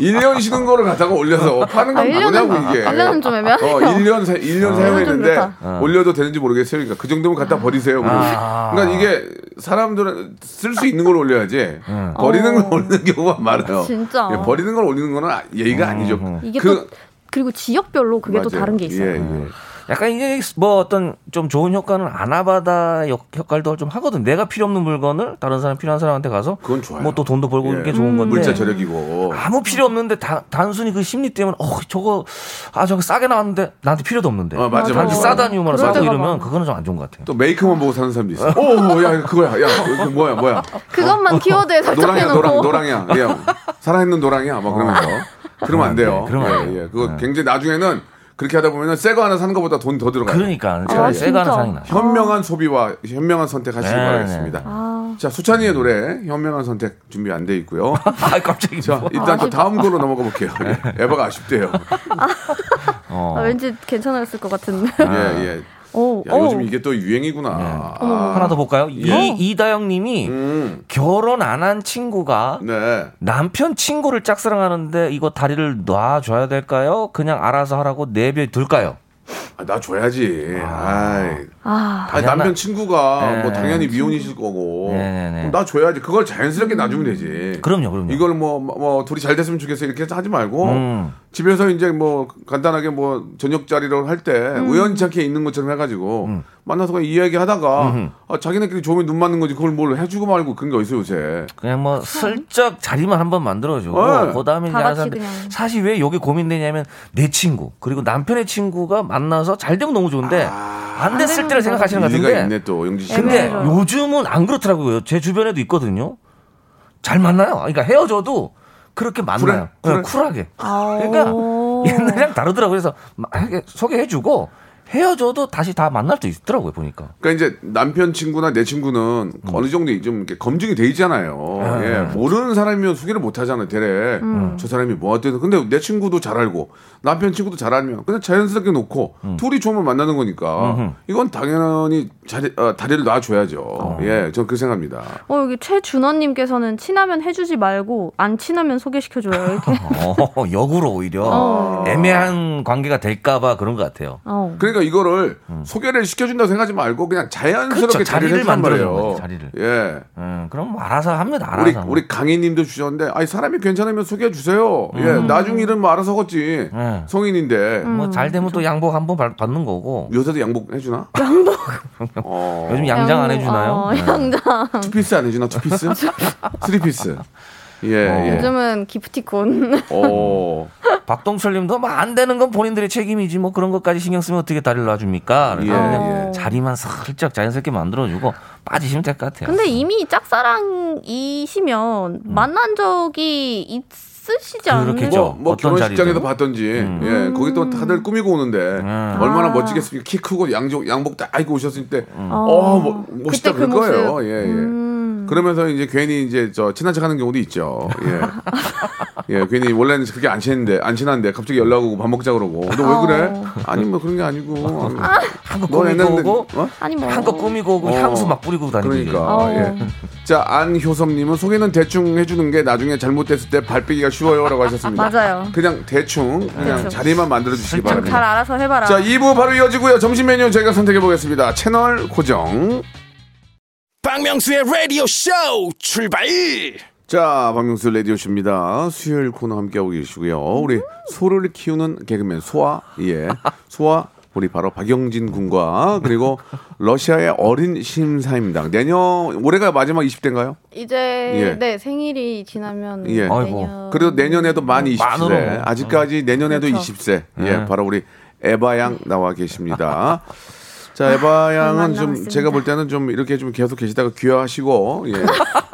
A: 1년 쉬는 거를 갖다가 올려서 파는
I: 아,
A: 건
I: 일년은-
A: 뭐냐고 이게.
I: 일년은 좀 애매하네요. [LAUGHS]
A: 어, 1년, 사, 1년
I: 아.
A: 사용했는데
I: 그렇다.
A: 올려도 되는지 모르겠어요. 그러니까 그 정도면 갖다 버리세요.
J: 아.
A: 그러니까 이게 사람들은 쓸 수 있는 걸 올려야지 버리는 걸 올리는 경우가 많아요.
I: 음. 어. 진짜. 음.
A: 예, 버리는 걸 올리는 거는 아- 예의가 아니죠.
I: 이게
A: 그-
I: 또 그리고 지역별로 그게 또
A: 맞아요.
I: 다른 게 있어요. 음.
A: 예, 예.
J: 약간 이게 뭐 어떤 좀 좋은 효과는 아나바다 역- 효과도 좀 하거든. 내가 필요 없는 물건을 다른 사람 필요한 사람한테 가서
A: 그건 좋아요.
J: 뭐 또 돈도 벌고
A: 예.
J: 이게 좋은 건데.
I: 네.
A: 물자 절약이고.
J: 아무 필요 없는데 다- 단순히 그 심리 때문에 어 저거 아 저거 싸게 나왔는데 나한테 필요도 없는데.
A: 어, 맞아,
J: 단지
A: 맞아.
J: 싸다는 이유만
I: 그럴
J: 싸고
I: 때가
J: 이러면
I: 많아.
J: 그거는 좀 안 좋은 것 같아요.
A: 또 메이크만 보고 사는 사람도 있어. 오, 야, 뭐야, 야, 이거 뭐야,
I: [LAUGHS]
A: 뭐야.
I: 그것만 키워드에
A: 어, 노랑이야,
I: 설정해놓고 어.
A: 노랑, 노랑이야. 예. 살아있는 노랑이야. 막 그러면서. 그러면 안
I: 네,
A: 돼요.
J: 그러면 안
A: 예, 예. 그거 굉장히 나중에는 그렇게 하다 보면은 새 거 하나 사는 것보다 돈 더 들어가요.
J: 그러니까
A: 아,
J: 새가
A: [LAUGHS]
J: 하는
I: 진짜.
J: 상이 나. 아.
A: 현명한 소비와 현명한 선택 하시기
J: 네,
A: 바라겠습니다.
I: 아.
A: 자, 수찬이의 노래, 현명한 선택 준비 안 돼 있고요.
J: 아 갑자기
A: 자, 일단 또 다음 거로 넘어가 볼게요. 예, 에바가 아쉽대요.
J: 어.
I: 아, 왠지 괜찮았을 것 같은. 어,
A: 예, 예.
I: 오,
A: 야, 요즘
I: 오.
A: 이게 또 유행이구나.
J: 네.
A: 아,
J: 하나 더 볼까요? 이 이다영님이
A: 음,
J: 결혼 안 한 친구가
A: 네.
J: 남편 친구를 짝사랑하는데 이거 다리를 놔줘야 될까요? 그냥 알아서 하라고 내버려둘까요?
A: 아, 나 줘야지. 아이.
I: 아,
A: 아니, 남편 친구가
J: 네.
A: 뭐 당연히 미혼이실 거고
J: 네, 네, 네.
A: 그럼 나 줘야지 그걸 뭐 자연스럽게 놔주면 되지
J: 그럼요, 그럼요.
A: 이걸 뭐, 뭐 둘이 잘 됐으면 좋겠어 이렇게 하지 말고
J: 음.
A: 집에서 이제 뭐 간단하게 뭐 저녁 자리를 할 때
J: 음.
A: 우연찮게 있는 것처럼 해가지고 만나서 그냥 이야기하다가 아, 자기네끼리 좋으면 눈 맞는 거지 그걸 뭘 해주고 말고 그런 게 어딨어 요새
J: 그냥 뭐 슬쩍 자리만 한번 만들어주고
A: 네.
J: 그다음에 이제
I: 다
J: 알아서
I: 같이
J: 하는데
I: 그냥.
J: 사실 왜 여기 고민되냐면 내 친구 그리고 남편의 친구가 만나서 잘 되면 너무 좋은데 안 됐을 때를 생각하시는 것
A: 일리가
J: 같은데
A: 아. 있네 또 영지 씨가
J: 근데 요즘은 안 그렇더라고요 제 주변에도 있거든요 잘 만나요 그러니까 헤어져도 그렇게 만나요
A: 쿨해? 쿨해?
J: 네, 쿨하게 그러니까 옛날이랑 다르더라고요 그래서 막 이렇게 소개해주고 헤어져도 다시 다 만날 수 있더라고요 보니까
A: 그러니까 이제 남편 친구나 내 친구는
J: 음.
A: 어느 정도 좀 이렇게 검증이 돼 있잖아요. 예, 모르는 사람이면 소개를 못 하잖아요. 대래
J: 음.
A: 저 사람이 뭐 하든 근데 내 친구도 잘 알고 남편 친구도 잘 알면 그냥 자연스럽게 놓고
J: 음.
A: 둘이 좋으면 만나는 거니까 이건 당연히 자리, 어, 다리를 놔줘야죠. 예, 저는 그렇게 생각합니다.
I: 어 여기 최준원님께서는 친하면 해주지 말고 안 친하면 소개시켜줘요
A: [LAUGHS]
I: 이렇게.
J: 어, [LAUGHS] 역으로 오히려
A: 아.
I: 어.
J: 애매한 관계가 될까봐 그런 것 같아요.
I: 어.
A: 그러니까 이거를 소개를 시켜준다고 생각하지 말고 그냥 자연스럽게
J: 음. 그렇죠.
A: 자리를
J: 자리를
A: 해주란
J: 만들어주는
A: 말이에요.
J: 거지, 자리를.
A: 예.
J: 음, 그럼 뭐 알아서 합니다.
A: 우리
J: 알아서.
A: 우리 강희님도 주셨는데 아니 사람이 괜찮으면 소개해 주세요.
J: 음.
A: 예, 나중 일은 뭐 알아서 하겠지.
J: 네.
A: 성인인데
J: 뭐 잘 되면 또 양복 한번 받- 받는 거고.
A: 요새도 양복 해주나? 양복. [LAUGHS] 어,
J: 요즘 양장 안
I: 양복,
J: 해주나요?
I: 어,
J: 네.
A: 투피스 안 해주나? 투피스? 쓰리피스. 예,
J: 어. 네.
A: 예.
I: 요즘은 기프티콘.
A: 어.
J: 박동철님도 뭐 안 되는 건 본인들의 책임이지 뭐 그런 것까지 신경 쓰면 어떻게 다리를 놔줍니까?
A: 예, 예.
J: 그래서
I: 어.
J: 자리만 살짝 자연스럽게 만들어주고 빠지시면 될 것 같아요.
I: 근데 이미 짝사랑이시면 만난 적이 있으시지 않나요?
J: 음. 그렇겠죠. 음.
A: 뭐, 뭐
J: 어떤
A: 결혼식장에서
J: 자리든.
A: 봤던지 예 거기 또 다들 꾸미고 오는데 얼마나
I: 아.
A: 멋지겠습니까 키 크고 양복 양복 딱 입고 오셨을
J: 음.
A: 때어 뭐, 멋있다
I: 그때
A: 그럴
I: 그
A: 거예요
I: 모습. 음.
A: 예예 그러면서 이제 괜히 이제 저 친한 척하는 경우도 있죠 예. 예 괜히 원래는 그렇게 안 친한데 안 친한데 갑자기 연락 오고 밥 먹자 그러고 너 왜 그래 아니 뭐 그런 게 아니고
J: 한거
A: 넌
J: 꾸미고 오고
A: 어?
I: 아니 뭐.
J: 한거 꾸미고 오고
A: 어.
J: 향수 막 뿌리고 다니고.
A: 그러니까
I: 어.
A: 예. 자 안효섭님은 소개는 대충 해주는 게 나중에 잘못됐을 때 발빼기가 쉬워요라고 하셨습니다.
I: 맞아요.
A: 그냥 대충 그냥
I: 대충.
A: 자리만 만들어 주시기
I: 좀 잘
A: 바랍니다.
I: 알아서 해봐라.
A: 자 2부 바로 이어지고요. 점심 메뉴 저희가 선택해 보겠습니다. 채널 고정.
C: 박명수의 라디오 쇼 출발
A: 자 박명수 레디오 씨입니다. 수요일 코너 함께하고 계시고요. 우리 소를 키우는 개그맨 소아 예 소아 우리 바로 박영진 군과 그리고 러시아의 어린 심사입니다. 내년 올해가 마지막 20대인가요?
I: 이제
A: 예.
I: 네 생일이 지나면
A: 예.
I: 내년.
A: 그래도 내년에도 만 20세.
J: 만으로.
A: 아직까지 내년에도 20세. 예, 바로 우리 에바 양 나와 계십니다. 자, 에바 양은 좀
I: 남았습니다.
A: 제가 볼 때는 좀 이렇게 좀 계속 계시다가 귀화하시고 예.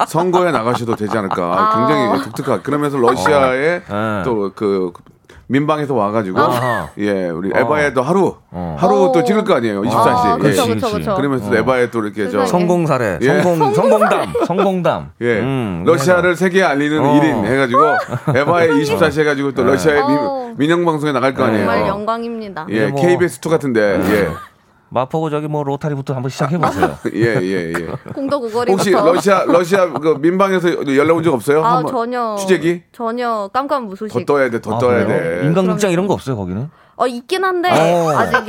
A: 선거에 나가셔도 되지 않을까. 굉장히 독특한. 그러면서 러시아에
J: 어.
A: 또 그 민방에서 와가지고
J: 아하.
A: 예 우리 에바에도 하루
J: 어.
A: 하루 또
I: 오.
A: 찍을 거 아니에요
I: 아,
A: 24시
I: 그쵸
J: 그치, 그치.
I: 그쵸 그쵸.
A: 예. 그러면서 또 에바에 또 이렇게 저
I: 세상에.
J: 성공 사례,
A: 예.
J: 성공, 성공담, 성공담.
A: 예.
J: 음,
A: 러시아를 세계에 알리는
J: 어. 네.
A: 일 1인
J: [LAUGHS]
A: 해가지고 에바에 24시 해가지고 또 러시아의
I: 어.
A: 민, 민영 방송에 나갈 거 아니에요.
I: 정말 영광입니다.
A: 예,
J: 이게 뭐- 음.
A: KBS 2 같은데
J: 마포구 저기 뭐 로타리부터 한번 시작해 보세요.
A: 예, [LAUGHS] 예, 예, 예.
I: 공덕고거리부터.
A: 혹시 러시아 러시아 그 민방에서 연락 온 적 없어요?
I: 아
A: 한번
I: 전혀
A: 취재기
I: 전혀 깜깜무소식.
A: 더 떠야 돼, 더
J: 아,
A: 떠야
J: 그래요?
A: 돼.
J: 인간극장 이런 거 없어요 거기는?
I: 어 있긴 한데
J: 어.
I: 아직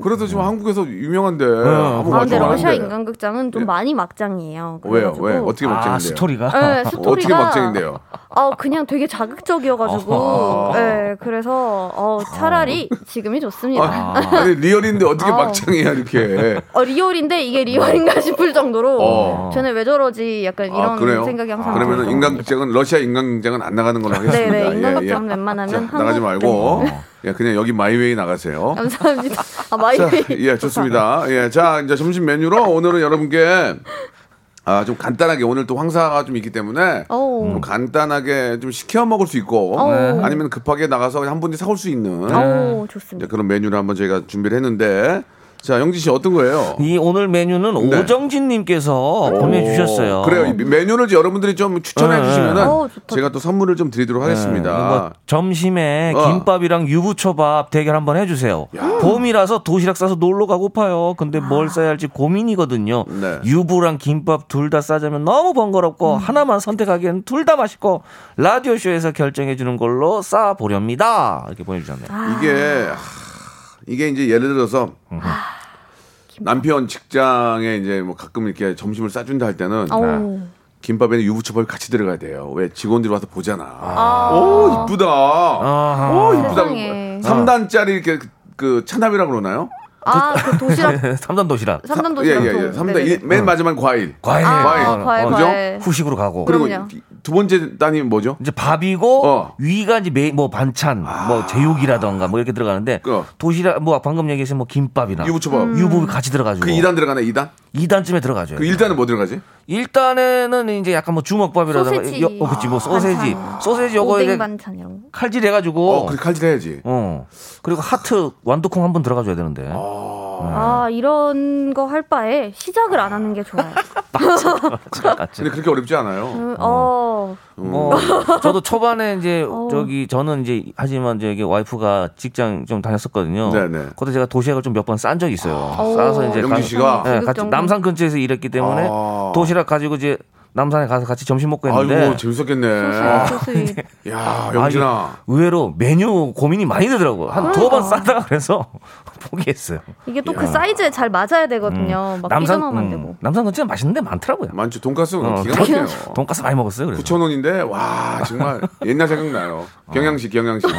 A: [LAUGHS] 그래도
J: 음.
A: 지금 한국에서 유명한데.
J: 네,
A: 한번
I: 아 근데
A: 와줘라
I: 러시아
A: 하는데. 예.
I: 인간극장은 좀 많이 막장이에요.
A: 왜요?
I: 그래가지고-
A: 왜? 어떻게 막장인데요?
J: 아 스토리가.
A: [LAUGHS]
I: 네, 스토리가
A: 어떻게 막장인데요?
I: 어, 그냥 되게 자극적이어가지고,
A: 어허.
I: 네, 그래서 어, 차라리 지금이 좋습니다.
A: 아, 니 리얼인데 어떻게
I: 어.
A: 막장이야 이렇게.
I: 어, 리얼인데 이게 리얼인가 싶을 정도로
A: 네. 어.
I: 쟤는 왜 저러지 약간
A: 아,
I: 이런
A: 그래요?
I: 생각이 항상
A: 그러면
I: 들죠.
A: 인간극장은 러시아 인간극장은 안 나가는 걸로 하겠습니다.
I: 네네
A: 예,
I: 인간극장
A: 예.
I: 웬만하면
A: 자,
I: 한국
A: 나가지 말고
J: 네.
A: 예, 그냥 여기 마이웨이 나가세요.
I: 감사합니다. 아 마이.
A: 자, 예, 좋습니다. 예, 자 이제 점심 메뉴로 오늘은 여러분께 아 좀 간단하게 오늘 또 황사가 좀 있기 때문에
I: 오.
A: 좀 간단하게 좀 시켜 먹을 수 있고
I: 오.
A: 아니면 급하게 나가서 그냥 한 분이 사올 수 있는
I: 오
A: 네. 이제
I: 좋습니다.
A: 그런 메뉴를 한번 저희가 준비를 했는데 자 영지 씨 어떤 거예요?
J: 이 오늘 메뉴는
A: 네.
J: 오정진님께서
A: 오,
J: 보내주셨어요.
A: 그래요. 이 메뉴를 여러분들이 좀 추천해
J: 네,
A: 주시면은
I: 네. 오, 좋다.
A: 제가 또 선물을 좀 드리도록
J: 네, 뭐
A: 하겠습니다.
J: 점심에
A: 어.
J: 김밥이랑 유부초밥 대결 한번 해주세요. 봄이라서 도시락 싸서 놀러 가고파요. 근데 뭘 싸야 할지 고민이거든요.
A: 네. 음.
J: 유부랑 김밥 둘 다 싸자면 너무 번거롭고 하나만 선택하기엔 둘 다 맛있고 라디오 쇼에서 결정해 주는 걸로 싸 보렵니다. 이렇게 보내주셨네요.
I: 아.
A: 이게 하, 이게 이제 예를 들어서
I: 음. 어.
A: 남편 직장에 이제 뭐 가끔 이렇게 점심을 싸준다 할 때는
I: 오.
A: 김밥에는 유부초밥이 같이 들어가야 돼요. 왜 직원들이 와서 보잖아.
I: 아.
A: 오 이쁘다.
J: 아,
A: 오 이쁘다.
I: 어, 세상에.
A: 3단짜리 이렇게 그 차남이라고 그러나요?
I: 아, 그 도시락.
J: 3단 도시락.
I: 삼단 도시락.
A: 예, 예, 예.
I: 통.
A: 삼단
I: 네네. 어.
A: 일- 맨 마지막 과일.
J: 과일.
I: 아,
A: 과일.
I: 어, 과일,
A: 그죠?
I: 과일.
J: 후식으로 가고.
A: 그리고
I: 그럼요.
A: 이- 두 번째 단이 뭐죠?
J: 이제 밥이고
A: 어. 아.
J: 위가 이제 메인 뭐 반찬, 뭐 제육이라던가 뭐 이렇게 들어가는데
A: 어.
J: 도시락 뭐 방금 얘기하신 뭐
I: 음.
J: 김밥이나
A: 유부초밥.
J: 유부이 같이 들어가지고
A: 그 2단 들어가나 2단?
J: 2단쯤에 들어가죠.
I: 음.
A: 그 1단은 뭐 들어가지?
J: 일단에는 이제 약간 뭐 주먹밥이라던가
I: 소세지. 아,
J: 여- 어, 그치 뭐 소세지.
I: 반찬.
J: 소세지 요거 이제
I: 오뎅 반찬 이런 거.
J: 칼질 해 가지고
A: 어, 그래 칼질 해야지.
J: 어. 그리고 하트 완두콩 한번 들어가 줘야 되는데.
I: 아, 이런 거 할 바에 시작을 안 하는 게 좋아요.
J: 같이.
A: 근데 그렇게 어렵지 않아요.
I: 음, 어.
J: 뭐 [LAUGHS] 저도 초반에 이제
I: 어.
J: 저기 저는 이제 하지만 저기 와이프가 직장 좀 다녔었거든요.
A: 네네.
J: 그때 제가 도시락을 좀 몇 번 싼 적이 있어요. 싸서 이제
A: 영진 씨가?
J: 네, 같이
I: 아. 지극정성.
J: 남산 근처에서 일했기 때문에
A: 아.
J: 도시락 가지고 이제 남산에 가서 같이 점심 먹고
A: 아이고
J: 했는데
I: 어,
A: 재밌었겠네.
I: 소수이.
A: 야
J: 아,
A: 영진아.
J: 이게 의외로 메뉴 고민이 많이 되더라고요.
I: 아.
J: 한 두 번 싸다가 그래서 [LAUGHS] 포기했어요.
I: 이게 또 그 사이즈에 잘 맞아야 되거든요. 막
J: 남산
I: 삐져나오면 안
J: 음,
I: 되고.
J: 남산 근처에 맛있는 데 많더라고요.
A: 만주 돈가스 는
J: 어,
A: 음, 기가 막혀요.
J: 돈가스 많이 먹었어요. 그래서
A: 9천 원인데 와 정말 옛날 생각나요.
J: 어.
A: 경양식 경양식.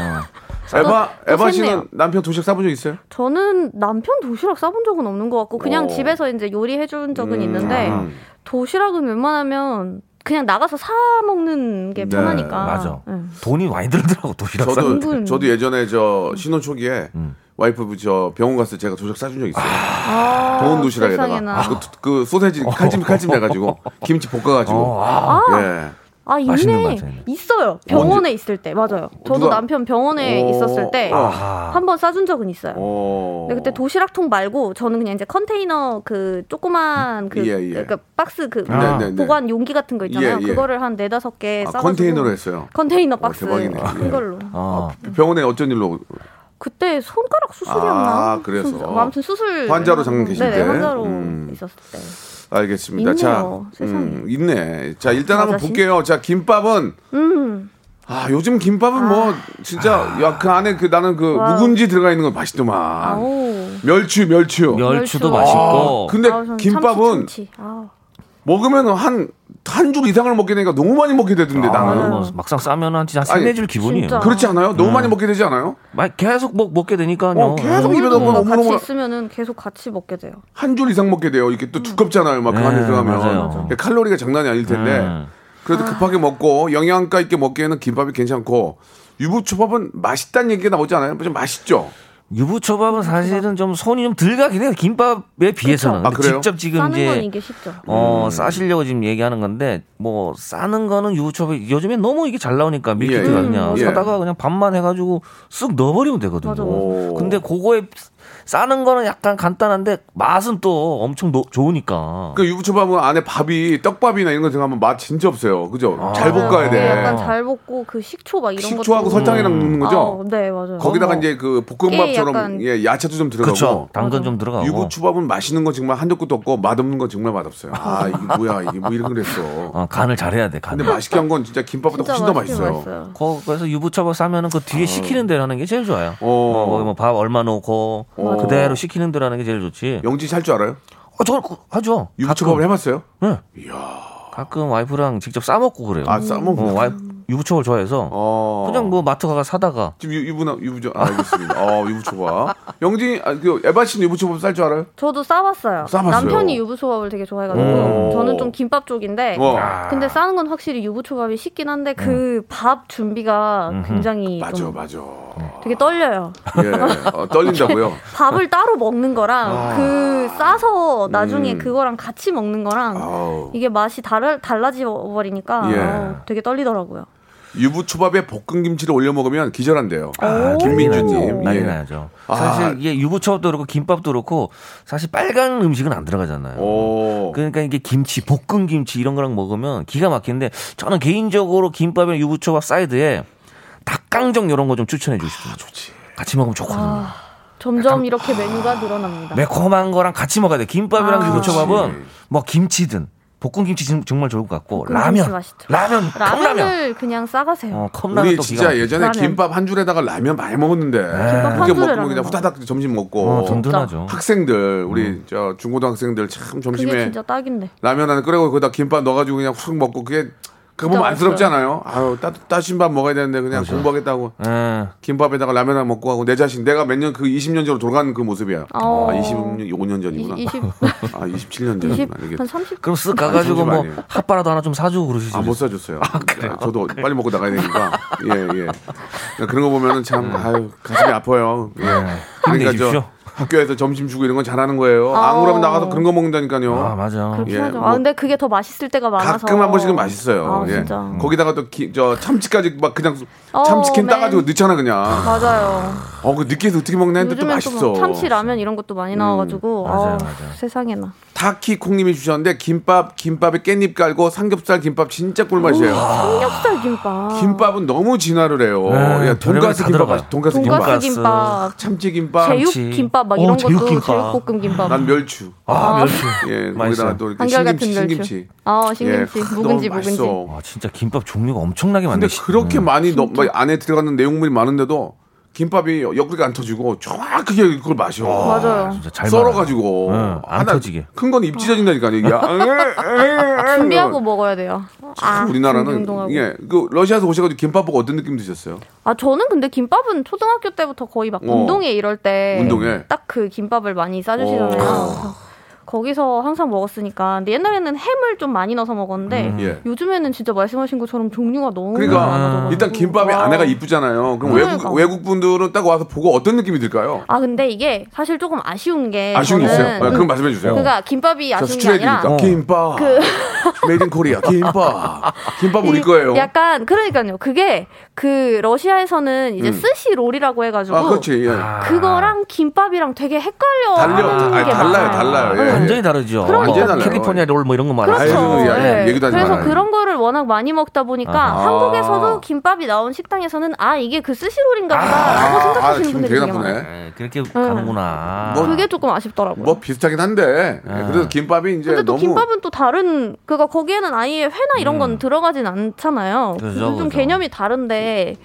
A: 에바
I: 또
A: 에바
I: 샜네요.
A: 씨는 남편 도시락 싸본 적 있어요?
I: 저는 남편 도시락 싸본 적은 없는 것 같고 그냥
A: 오.
I: 집에서 이제 요리해 준 적은
A: 어. 음.
I: 있는데
A: 음.
I: 도시락은 웬만하면 그냥 나가서 사 먹는 게
A: 네,
I: 편하니까.
J: 맞아.
I: 네.
J: 돈이 많이 들더라고 도시락 싸.
A: 저도
I: 분.
A: 저도 예전에 저 신혼 초기에
J: 음.
A: 와이프 저 병원 갔을 때 제가 도시락 싸준 적 있어요.
I: 아,
A: 병원 도시락에다가
I: 세상에나.
A: 그, 그 소세지 칼집 칼집
J: [LAUGHS]
A: 내가지고 김치 볶아가지고
J: 어, 아.
A: 예.
I: 아 있네.
J: 맛있는 거 같아요.
I: 있어요. 병원에 있을 때 맞아요. 저도
A: 어, 누가-
I: 남편 병원에
A: 오.
I: 네, 있었을 때 한 번
J: 아하.
I: 싸준 적은 있어요.
A: 어.
I: 근데 그때 도시락통 말고 저는 그냥 이제 컨테이너 그 조그만 그
A: 예, 예.
I: 그러니까 박스 그
A: 네, 네, 네.
I: 보관 용기 같은 거 있잖아요.
A: 예, 예.
I: 그거를 한 네다섯 개
A: 아,
I: 싸가지고
A: 컨테이너로 했어요.
I: 컨테이너 박스
A: 대박이네. 예.
I: 큰 걸로.
J: 어.
A: 병원에 어쩐 일로
I: 그때 손가락 수술이었나?
A: 아, 그래서.
I: 손- 뭐 아무튼 수술
A: 환자로
I: 해가지고-
A: 잠깐 계실
I: 네네,
A: 때?
I: 환자로
A: 음.
I: 있었을 때.
A: 알겠습니다.
I: 있네요,
A: 자,
I: 세상에.
A: 음, 있네. 자, 일단 한번
I: 맞아,
A: 볼게요. 자, 김밥은
I: 음.
A: 아, 요즘 김밥은 뭐 진짜 야, 그 안에 그 나는 그
I: 아. 와우.
A: 묵은지 들어가 있는 거 맛있더만.
I: 아우.
A: 멸치, 멸치요.
J: 멸추도
I: 멸추.
J: 맛있고.
A: 아, 근데
I: 아우, 저는
A: 김밥은
I: 참치, 참치. 아우.
A: 먹으면 한 한 줄 이상을 먹게 되니까 너무 많이 먹게 되던데
J: 아,
A: 나는.
J: 뭐 막상 싸면 한 진짜
A: 아니,
J: 세네질 기분이에요.
I: 진짜.
A: 그렇지 않아요? 너무 많이 먹게 되지 않아요?
J: 막 계속 먹, 먹게 되니까요.
A: 어, 계속 입에 넣고
I: 오물오물 음. 같이
A: 오물오물
I: 있으면은 계속 같이 먹게 돼요.
A: 한 줄 이상 먹게 돼요. 이게
I: 음.
A: 또 두껍잖아요. 막 그
J: 네,
A: 안에 들어가면
J: 맞아요.
A: 그러니까 칼로리가 장난이 아닐 텐데
J: 음.
A: 그래도
I: 아.
A: 급하게 먹고 영양가 있게 먹기에는 김밥이 괜찮고 유부초밥은 맛있다는 얘기가 나오지 않아요? 좀 맛있죠.
J: 유부초밥은 사실은 좀 손이 좀 들가긴 해요. 김밥에 비해서는.
A: 아,
J: 근데
A: 그래요? 음.
J: 직접 지금
I: 싸는 건
J: 이제
I: 이게 쉽죠.
J: 어, 싸시려고 지금 얘기하는 건데 뭐 싸는 거는 유부초밥이 요즘에 너무 이게 잘 나오니까 밀키트가
A: 예, 예.
J: 그냥
A: 예.
J: 사다가 그냥 밥만 해가지고 쓱 넣어버리면 되거든요.
I: 맞아, 맞아.
A: 오.
J: 근데 그거에 싸는 거는 약간 간단한데 맛은 또 엄청 노- 좋으니까.
A: 그 유부초밥은 안에 밥이 떡밥이나 이런 거 들어가면 맛 진짜 없어요. 그죠? 잘 볶아야
I: 네,
A: 돼.
I: 약간 잘 먹고 그 식초 막 이런 거.
A: 식초하고
J: 음.
A: 설탕이랑 넣는 거죠.
I: 네, 맞아요.
A: 거기다가
J: 뭐.
A: 이제 그
I: 깨
A: 볶음밥처럼
I: 약간-
A: 예, 야채도 좀 들어가고
J: 그렇죠. 당근 좀 들어가고.
A: 유부초밥은 맛있는 건 정말 한도 끝도 없고 맛없는 건 정말 맛없어요. 아 이게 뭐야 이게 뭐 이런 그랬어.
J: 어, 간을 잘해야 돼. 간.
A: 근데 맛있게 한 건 진짜 김밥보다 훨씬 더
I: 맛있게
A: 맛있어요.
I: 맛있어요.
J: 거- 그래서 유부초밥 싸면은 그 뒤에 시키는 대로 하는 게 제일 좋아요.
A: 어.
J: 뭐 거기 뭐밥 얼마 넣고
A: 맞아.
J: 그대로 시키는 대로 하는 게 제일 좋지.
A: 영진 씨할 줄 알아요?
J: 어, 저걸 그- 하죠.
A: 유부초밥을 해봤어요?
J: 네. 가끔 와이프랑 직접 싸 먹고 그래요.
A: 아 싸먹고.
J: 어, 와이 유부초밥 좋아해서
A: 어.
J: 그냥 뭐 마트 가가 사다가
A: 지금 유, 부나 유부죠. 아, 알겠습니다. 어 유부초밥. 영진 아, 그 에바 씨는 유부초밥 쌀 줄 알아요?
I: 저도 싸봤어요.
A: 싸봤어요?
I: 남편이 유부초밥을 되게 좋아해가지고
A: 오.
I: 저는 좀 김밥 쪽인데
A: 어.
I: 근데 싸는 건 확실히 유부초밥이 쉽긴 한데
J: 음.
I: 그 밥 준비가 굉장히
A: 맞아
I: 좀
A: 맞아.
I: 되게 떨려요.
A: 예. 어, 떨린다고요.
I: 밥을 따로 먹는 거랑 그 싸서 나중에
A: 아. 음.
I: 그거랑 같이 먹는 거랑
A: 아우.
I: 이게 맛이 달, 달라져 버리니까
A: 예. 음.
I: 어, 되게 떨리더라고요.
A: 유부초밥에 볶은 김치를 올려 먹으면 기절한대요.
J: 난리
A: 아, 김민주님.
J: 나죠. 어, 난리
A: 예.
J: 나죠.
A: 아.
J: 사실 이게 유부초밥도 그렇고 김밥도 그렇고 사실 빨간 음식은 안 들어가잖아요.
A: 오.
J: 그러니까 이게 김치, 볶은 김치 이런 거랑 먹으면 기가 막히는데 저는 개인적으로 김밥이나 유부초밥 사이드에 닭강정 이런 거 좀 추천해 주십시오. 좋지. 같이 먹으면 좋거든요.
I: 아. 점점
A: 네.
I: 이렇게 메뉴가 늘어납니다.
J: 매콤한 거랑 같이 먹어야 돼. 김밥이랑
I: 아.
J: 유부초밥은 뭐 김치든 볶음김치 진- 정말 좋을 것 같고
I: 볶음김치
J: 라면
I: 맛있죠.
J: 라면 컵라면
I: 라면을 그냥 싸가세요.
J: 어, 컵라면
A: 우리
J: 또
A: 진짜
J: 기가
A: 예전에
I: 라면.
A: 김밥 한 줄에다가 라면 많이 먹었는데
I: 한
A: 그렇게
I: 줄에
A: 먹으면
I: 라면
A: 그냥
I: 먹어.
A: 후다닥 점심 먹고
J: 어, 든든하죠.
A: 네. 아, 학생들 우리 저 중고등학생들 참
I: 그게
A: 점심에
I: 진짜 딱인데.
A: 라면 하나 끓여고 거기다 김밥 넣어가지고 그냥 훅 먹고 그게 그거 보면
I: 진짜
A: 안쓰럽지 않아요? 아유 따, 따신 밥 먹어야 되는데 그냥 공부하겠다고
J: 예.
A: 김밥에다가 라면 하나 먹고 하고 내 자신 내가 몇 년 그 20년 전으로 돌아가는 그 모습이야.
I: 어.
A: 아 25년 전이구나. [LAUGHS]
I: 20,
A: 아 27년 전.
I: 20,
A: 이게
I: 한 30.
J: 그럼 쓱 가가지고
A: 아니,
J: 뭐
A: 잠시만요.
J: 핫바라도 하나 좀 사주고 그러시죠.
A: 아못 뭐 사줬어요. 저도 빨리 먹고 나가야 되니까. 예 예. 그런거 보면은 참 아유 가슴이 아파요. 예. 그러니까
J: 음. 힘내십시오.
A: 저 학교에서 점심 주고 이런 건 잘하는
I: 어.
A: 거예요. 안 그러면 나가서 그런 거 먹는다니까요.
J: 아 맞아.
I: 그렇긴
A: 예,
I: 하죠.
A: 뭐
I: 아 근데 그게 더 맛있을 때가 많아서.
A: 가끔 한 번씩은 맛있어요.
I: 아,
A: 예.
I: 진짜.
J: 음.
A: 거기다가 또 저 참치까지 막 그냥
I: 어,
A: 참치캔
I: 맨.
A: 따가지고 넣잖아 그냥.
I: 맞아요.
A: 어 그 느끼해서 어떻게 먹나 했는데 또
I: 요즘엔
A: 맛있어. 음.
I: 또막 참치 라면 이런 것도 많이 나와가지고
J: 맞아요,
I: 아우,
J: 맞아요.
I: 세상에나.
A: 타키콩님이 주셨는데 김밥 김밥에 깻잎 깔고 삼겹살 김밥 진짜 꿀맛이에요.
I: 삼겹살 김밥.
A: 아. 김밥은 너무 진화를 해요.
J: 네,
A: 예, 돈가스
J: 다
A: 김밥
J: 들어가요.
A: 맛 돈가스 김밥,
I: 돈가스 김밥.
A: 참치 김밥,
I: 제육
J: 참치.
I: 김밥 막
J: 어,
I: 이런
J: 제육
I: 것도
J: 김밥.
I: 제육볶음 김밥.
A: 난 멸추.
J: 아 멸치.
A: 예,
J: 맛있어요.
A: 거기다가 또 이렇게
I: 한결 같은
A: 신김치,
I: 멸치.
A: 신김치.
I: 아 신김치,
A: 예,
I: 묵은지
A: 너무
I: 묵은지.
A: 맛있어.
J: 아 진짜 김밥 종류가 엄청나게
A: 근데
J: 많네. 음.
A: 그렇게 많이 넣, 막 안에 들어가는 내용물이 많은데도 김밥이 옆구리가 안 터지고 정확하게 그걸 마셔.
I: 맞아요.
J: 진짜 잘
A: 썰어가지고
J: 응, 안 터지게.
A: 큰 건 입 찢어진다니까 야
I: 준비하고 아, 먹어야 돼요. 아, 준비
A: 음, 우리나라는
I: 운동하고.
A: 예, 그 러시아에서 오셔가지고 김밥 보고 어떤 느낌 드셨어요?
I: 아 저는 근데 김밥은 초등학교 때부터 거의 막
A: 어.
I: 운동회 이럴 때
A: 운동회?
I: 딱 그 김밥을 많이 싸주시잖아요.
A: 어.
I: 그래서 거기서 항상 먹었으니까. 근데 옛날에는 햄을 좀 많이 넣어서 먹었는데
A: 예.
I: 요즘에는 진짜 말씀하신 것처럼 종류가 너무
A: 그러니까
I: 많아져가지고.
A: 일단 김밥이
I: 와.
A: 안에가 이쁘잖아요. 그럼
I: 그러니까.
A: 외국 외국 분들은 딱 와서 보고 어떤 느낌이 들까요?
I: 아 근데 이게 사실 조금 아쉬운 게
A: 아쉬운 게
I: 네, 저는
A: 있어요? 아, 그럼 말씀해 주세요.
I: 그러니까 김밥이
A: 자,
I: 아쉬운 게 아니라 그
A: 수출해드니까 김밥, 메이드 인 코리아
I: [LAUGHS]
A: 김밥, 김밥 어, 우리
I: 이-
A: 거예요.
I: 약간 그러니까요. 그게 그 러시아에는 이제 스시 롤이라고 해가지고
A: 음. 아 그렇지. 예.
I: 거랑 김밥이랑 되게 헷갈려.
A: 달려.
I: 하는
A: 아,
I: 게
A: 달라요,
I: 많아요.
A: 달라요. 예.
J: 완전히 다르죠.
I: 그럼요.
J: 뭐
A: 완전히 달라요.
J: 캘리포니아 롤 뭐 이런 거 말하죠.
I: 그렇죠.
A: 아유, 야, 야,
I: 예.
A: 얘기도 하지
I: 그래서
A: 말아요.
I: 그런 거를 워낙 많이 먹다 보니까
J: 아하.
I: 한국에서도 김밥이 나온 식당에서는 아 이게 그 스시롤인가 보다라고
A: 아,
I: 생각하시는
A: 기분
I: 분들이
A: 되게
I: 되게 많아요.
A: 나쁘네.
J: 예, 그렇게 가는구나.
A: 뭐-
I: 그게 조금 아쉽더라고요.
A: 뭐 비슷하긴 한데 예, 그래서 김밥이 이제
I: 근데 또
A: 너무 음.
I: 김밥은 또 다른 그니까 거기에는 아예 회나 이런 건 들어가진 않잖아요.
J: 그죠,
I: 좀
J: 그죠.
I: 개념이 다른데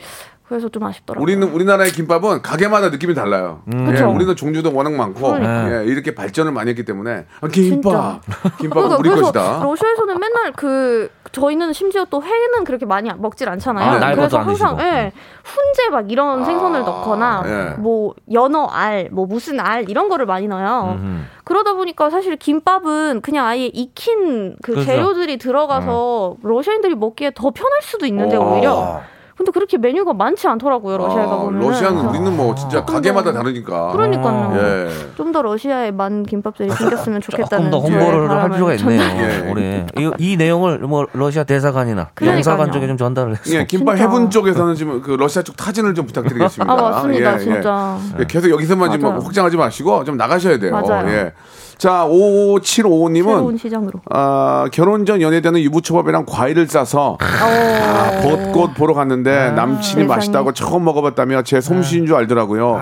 I: 그래서 좀 아쉽더라고요.
A: 우리는 우리나라의 김밥은 가게마다 느낌이 달라요. 예,
I: 그쵸.
A: 우리는 종류도 워낙 많고
J: 그러니까.
A: 예, 이렇게 발전을 많이 했기 때문에 아, 김밥, 김밥은
I: 그러니까
A: 우리
I: 그래서
A: 것이다.
I: 러시아에서는 맨날 그 저희는 심지어 또 회는 그렇게 많이 안- 먹질 않잖아요.
A: 아,
J: 날것도
I: 그래서
J: 안
I: 항상
J: 드시고.
I: 예, 훈제 막 이런 생선을 넣거나
A: 예.
I: 뭐 연어 알, 뭐 무슨 알 이런 거를 많이 넣어요. 그러다 보니까 사실 김밥은 그냥 아예 익힌 그
J: 그렇죠. 음.
I: 재료들이 들어가서 러시아인들이 먹기에 더 편할 수도 있는데
A: 어.
I: 오히려 근데 그렇게 메뉴가 많지 않더라고요 러시아가 보면
A: 는 우리는 뭐 진짜
I: 조금
A: 가게마다
I: 더-
A: 다르니까.
I: 그러니까요.
A: 예.
I: 좀 더 러시아에만 김밥들이 생겼으면
J: 조금
I: 좋겠다는
J: 더
I: 저의
J: 홍보를 할
I: 바람을
J: 필요가
I: 전-
A: 예.
J: 있네요. 올해 이, 이 내용을 뭐 러시아 대사관이나
I: 그러니까요.
J: 영사관 쪽에 좀 전달을 해서
A: 예, 김밥
I: 진짜.
A: 해군 쪽에서는 지금 그 러시아 쪽 타진을 좀 부탁드리겠습니다.
I: 아 맞습니다
A: 예, 예.
I: 진짜
A: 예, 계속 여기서만 지금
I: 맞아요.
A: 확장하지 마시고 좀 나가셔야 돼요.
I: 맞아요.
A: 예. 자, 5755님은
I: 새로운 시장으로
A: 아, 결혼 전 연애되는 유부초밥이랑 과일을 싸서 아, 벚꽃 보러 갔는데 남친이
I: 아, 세상에.
A: 맛있다고 처음 먹어봤다며 제 솜씨인 줄 알더라고요.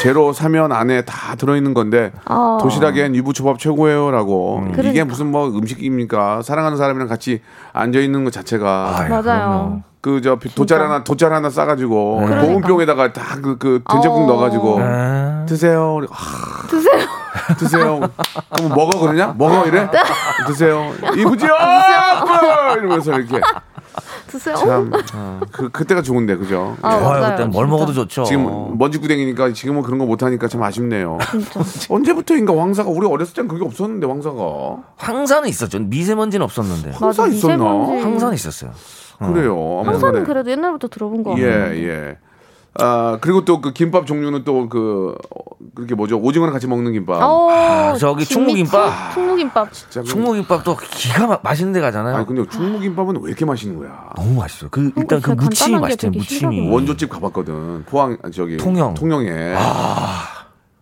A: 제로 사면 안에 다 들어있는 건데
I: 아.
A: 도시락엔 유부초밥 최고예요라고. 이게
I: 그러니까.
A: 무슨 뭐 음식입니까? 사랑하는 사람이랑 같이 앉아 있는 것 자체가
I: 맞아요
A: 그 저 돗자리 하나 돗자리 하나 싸가지고 보온병에다가 다 그 그 된장국
I: 네. 어.
A: 넣어가지고
J: 아,
A: 드세요. 아,
I: 드세요
A: 드세요. 그럼 먹어 그러냐? 먹어 이래? 드세요. 이부지요. 이러면서 이렇게
I: 드세요 어?
A: 참그 그때가 좋은데 그죠?
I: 아,
A: 예.
J: 좋아요.
I: 맞아요,
J: 그때 뭘
I: 진짜.
J: 먹어도 좋죠.
A: 지금 뭐 먼지 구댕이니까 지금은 그런 거 못하니까 참 아쉽네요.
I: 진짜
A: 언제부터인가 왕사가 우리 어렸을 땐 그게 없었는데 왕사가
J: 황사는 있었죠. 미세먼지는 없었는데
A: 황사
I: 맞아,
A: 있었나?
I: 미세먼지.
J: 황사는 있었어요.
A: 그래요.
I: 항상
A: 아무튼
I: 그래도 옛날부터 들어본 거
A: 네. 예
I: 같아요
A: 예. 아 그리고 또 그 김밥 종류는 또 그 그렇게 뭐죠? 오징어랑 같이 먹는 김밥.
I: 어,
J: 아, 저기 충무김밥.
I: 충무김밥
A: 진짜 그-
J: 충무김밥도 기가 막 맛있는 데 가잖아요.
A: 아니 그 근데 중무김밥은 왜 이렇게 맛있는 거야?
J: 너무 맛있어요. 그 일단 그
I: 진짜
J: 무침이
I: 간단하게
J: 맛있잖아요.
I: 되게
J: 무침이.
I: 싫어하거든요.
A: 원조집 가봤거든. 포항 아니, 저기
J: 음. 통영. 아.
A: 통영에.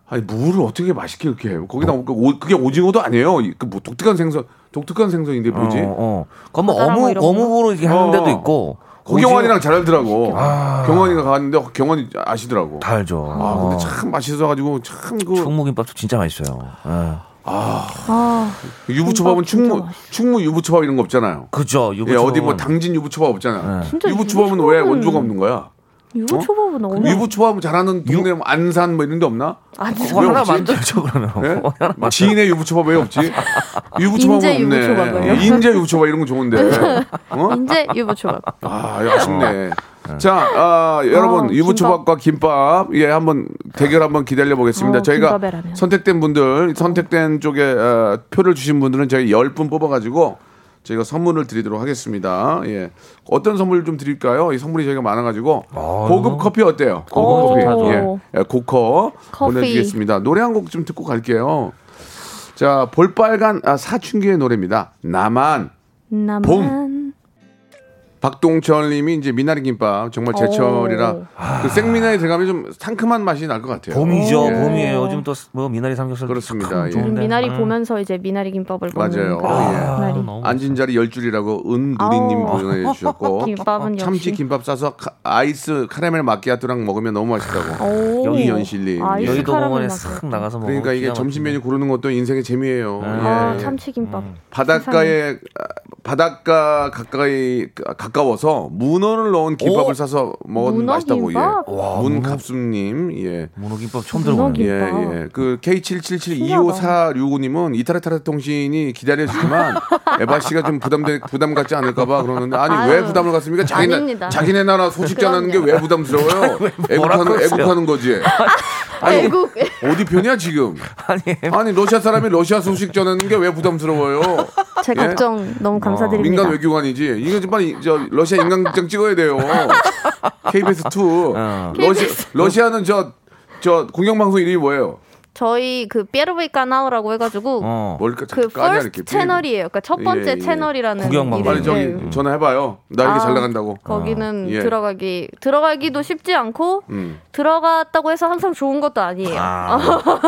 A: 아니 물을 어떻게 맛있게 이렇게 해요? 거기다 그 오, 그게 오징어도 아니에요. 이- 그뭐 독특한 생선, 독특한 생선인데 뭐지?
J: 어, 어. 그건 뭐
I: 바다랑 뭐
J: 어묵
I: 이런 거?
J: 어묵으로 이렇게 하는
A: 어.
J: 데도 있고.
A: 고경환이랑
J: 오징어- 아.
A: 잘 알더라고. 경환이가 갔는데 어, 경환이 아시더라고.
J: 다 알죠. 어.
A: 아 근데 참 맛있어가지고 참 그.
J: 충무김밥도 진짜 맛있어요. 예.
I: 아,
A: 유부초밥은 충무 충무 유부초밥 이런 거 없잖아요.
J: 그죠.
A: 예,
J: 유부초밥은. 네.
A: 어디 뭐 당진 유부초밥 없잖아요.
I: 진짜
A: 유부초밥은
I: 유부초밥은-
A: 왜 원조가 없는 거야?
I: 유부초밥은 어느
A: 그 유부초밥 잘하는 동네 뭐 안산 뭐 이런 데 없나?
I: 아니
J: 그거 하나
A: 없지?
J: 만들죠 그러면.
A: 예?
J: 그거 하나 만들죠.
A: 지인의 유부초밥 왜 없지?
I: [LAUGHS]
A: 유부초밥은
I: 뭐 인제
A: 없네.
I: 유부초밥은요?
A: 예, 인제 유부초밥 이런 거
I: [LAUGHS]
A: 좋은데. 어?
I: 인제 유부초밥.
A: 아, 아쉽네. 자, 아, 여러분
I: 어,
A: 유부초밥과 김밥 예 한번 대결 한번 기다려 보겠습니다.
I: 어,
A: 저희가
I: 김밥에 라면.
A: 선택된 분들 선택된 쪽에 어, 표를 주신 분들은 저희 10분 뽑아가지고 저희가 선물을 드리도록 하겠습니다. 예, 어떤 선물 좀 드릴까요? 이 선물이 저희가 많아가지고
J: 아,
A: 고급 커피 어때요? 고급
I: 오.
A: 커피, 예, 예, 고커
I: 커피.
A: 보내드리겠습니다. 노래 한 곡 좀 듣고 갈게요. 자, 볼빨간 아, 사춘기의 노래입니다. 나만
I: 나만
A: 봄. 박동철 님이 이제 미나리 김밥 정말 제철이라
I: 오.
A: 그 생미나리 들어가면 좀 상큼한 맛이 날 것 같아요.
J: 아. 봄이죠,
A: 예.
J: 봄이에요. 요즘 또 뭐 미나리 삼겹살
A: 그렇습니다,
J: 참
A: 예.
J: 좋은데.
I: 미나리
J: 음.
I: 보면서 이제 미나리 김밥을
A: 맞아요.
I: 먹는 그런
A: 아,
I: 미나리.
J: 너무
A: 앉은 자리 열 줄이라고 은누리님
I: 아우.
A: 보내 주셨고
I: [LAUGHS] 김밥은
A: 어? 참치
I: 역시.
A: 김밥 싸서 카- 아이스 카라멜 마키아토랑 먹으면 너무 맛있다고.
I: 오.
A: 이현실님.
I: 아이스
A: 예.
J: 여의도
I: 카라멜
J: 공원에
I: 맛.
J: 싹 나가서 네. 먹어.
A: 그러니까 이게 점심 메뉴 고르는 것도 인생의 재미예요.
I: 아,
A: 예.
I: 참치 김밥.
A: 바닷가에 아, 바닷가 가까이 가- 가까워서 문어를 넣은 김밥을 싸서 먹으면
I: 문어
A: 맛있다고
I: 김밥?
A: 예.
J: 와,
A: 문갑순님 예.
J: 문어김밥 처음 들어보네.
I: 문어김-
A: 예, 예. 그 K77725465님은 이타르타르 통신이 기다려지지만 에바 씨가 좀 부담되, 부담 갖지 않을까봐 그러는데 아니 왜
I: 아유,
A: 부담을 갖습니까? 자기네
I: 아닙니다.
A: 자기네 나라 소식자라는 게 왜 부담스러워요?
J: 뭐라고
A: 애국하는
J: 그러세요?
A: 애국하는 거지. 아니,
I: 결국
A: 어디 편이야 지금?
J: 아니,
A: 아니 러시아 사람이 러시아 소식 전하는 게 왜 부담스러워요?
I: 제 걱정 너무 감사드립니다.
A: 예? 어. 민간 외교관이지. 이거 좀 빨리 저 러시아 인간극장 찍어야 돼요. KBS 2
J: 어.
A: 러시 러시아는 저 저 공영방송 이름이 뭐예요?
I: 저희 그 뾰르베이 까나우라고 해가지고
J: 어.
A: 뭘까?
I: 그
A: 까냐,
I: 퍼스트
A: 이렇게.
I: 채널이에요. 그러니까 첫 번째
A: 예, 예.
I: 채널이라는
J: 구경방
I: 이름인데
A: 빨리 저기
J: 음.
A: 전화해봐요. 나 이게
I: 네. 아.
A: 잘 나간다고.
I: 거기는
A: 아, 예.
I: 들어가기 들어가기도 쉽지 않고
A: 음.
I: 들어갔다고 해서 항상 좋은 것도 아니에요.
J: 아,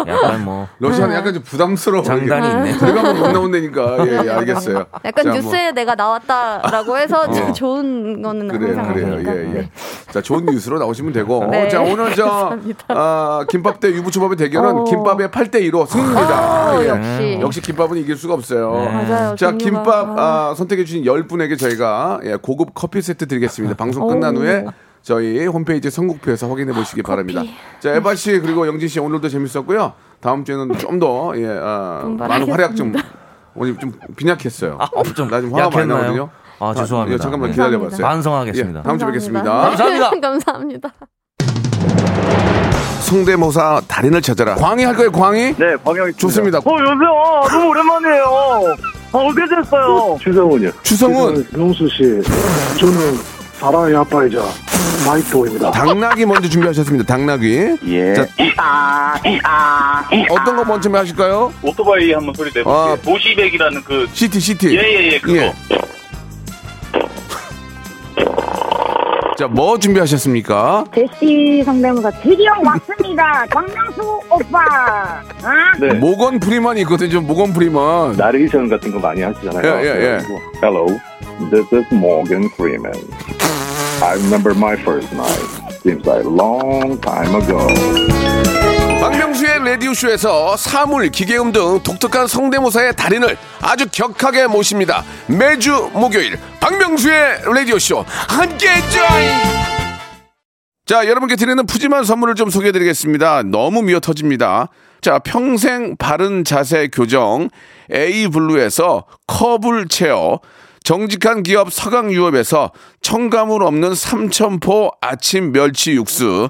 J: 약간 뭐
A: 러시아는
I: 네.
A: 약간 좀 부담스러워.
J: 장단이 있네.
A: 들어가면 못 나온다니까. 예, 예, 알겠어요.
I: [LAUGHS] [LAUGHS]
A: 자,
I: 약간
A: 뭐. 어.
I: 뉴스에 내가 나왔다라고 해서 좋은 거는
A: 그래요,
I: 항상
A: 그래요.
I: 아니니까.
A: 예, 예. 자, 좋은 뉴스로 나오시면 되고.
I: 네.
A: 자, 오늘 저, 아, 김밥 대 유부초밥의 대결은
I: 어.
A: 김밥의 8대2로 승리입니다.
I: 어,
A: 예.
I: 역시.
A: 역시 김밥은 이길 수가 없어요.
I: 맞아요.
A: 자,
I: 종류가-
A: 김밥 아, 선택해주신 10분에게 저희가 예, 고급 커피 세트 드리겠습니다. 방송 끝난
I: 오.
A: 후에 저희 홈페이지 선곡표에서 확인해 보시기 바랍니다. 자, 에바 씨 그리고 영진 씨 오늘도 재밌었고요. 다음 주에는 좀 더 예, 아, 많은
I: 분발하겠습니다.
A: 활약 좀 오늘 좀 빈약했어요.
J: 아, 좀
A: 나 지금 화가 많이
J: 약했나요?
A: 나거든요.
J: 아, 죄송합니다.
A: 예, 잠깐만
J: 네.
A: 기다려봤어요.
J: 반성하겠습니다.
A: 예, 다음 주에
I: 감사합니다.
A: 뵙겠습니다.
J: 감사합니다.
I: [LAUGHS] 감사합니다.
A: 성대모사 달인을 찾아라. 광희 할 거예요, 광희?
D: 네, 광영이
A: 좋습니다.
D: 어, 여보세요. 아, 너무 오랜만이에요. 아, 어떻게 됐어요?
E: 추성훈이요.
A: 추성훈.
E: 용수 씨, 저는 사랑의 아빠이자 마이토입니다.
A: 당나귀 먼저 준비하셨습니다. 당나귀.
F: 예.
A: 자,
D: 아,
A: 어떤 거 먼저 하실까요?
F: 오토바이 한번 소리 내볼게요.
A: 아.
F: 도시백이라는 그
A: 시티 시티.
F: 예예예 그거.
A: 예. 자, 뭐 준비하셨습니까?
G: 제시 성대모사 드디어 왔습니다. 박명수 오빠. 어?
E: 네.
A: 모건 프리먼이 있거든요. 좀 모건 프리먼.
E: 나레이션 같은 거 많이 하시잖아요.
A: 예, 예, 예.
E: 그래가지고, Hello, this is Morgan Freeman. I remember my first night. Seems like a long time ago.
A: 박명수의 라디오쇼에서 사물, 기계음 등 독특한 성대모사의 달인을 아주 격하게 모십니다. 매주 목요일 박명수의 라디오쇼 함께 join! 자, 여러분께 드리는 푸짐한 선물을 좀 소개해드리겠습니다. 너무 미어 터집니다. 자, 평생 바른 자세 교정 에이블루에서 커블 체어 정직한 기업 서강유업에서 청가물 없는 삼천포 아침 멸치 육수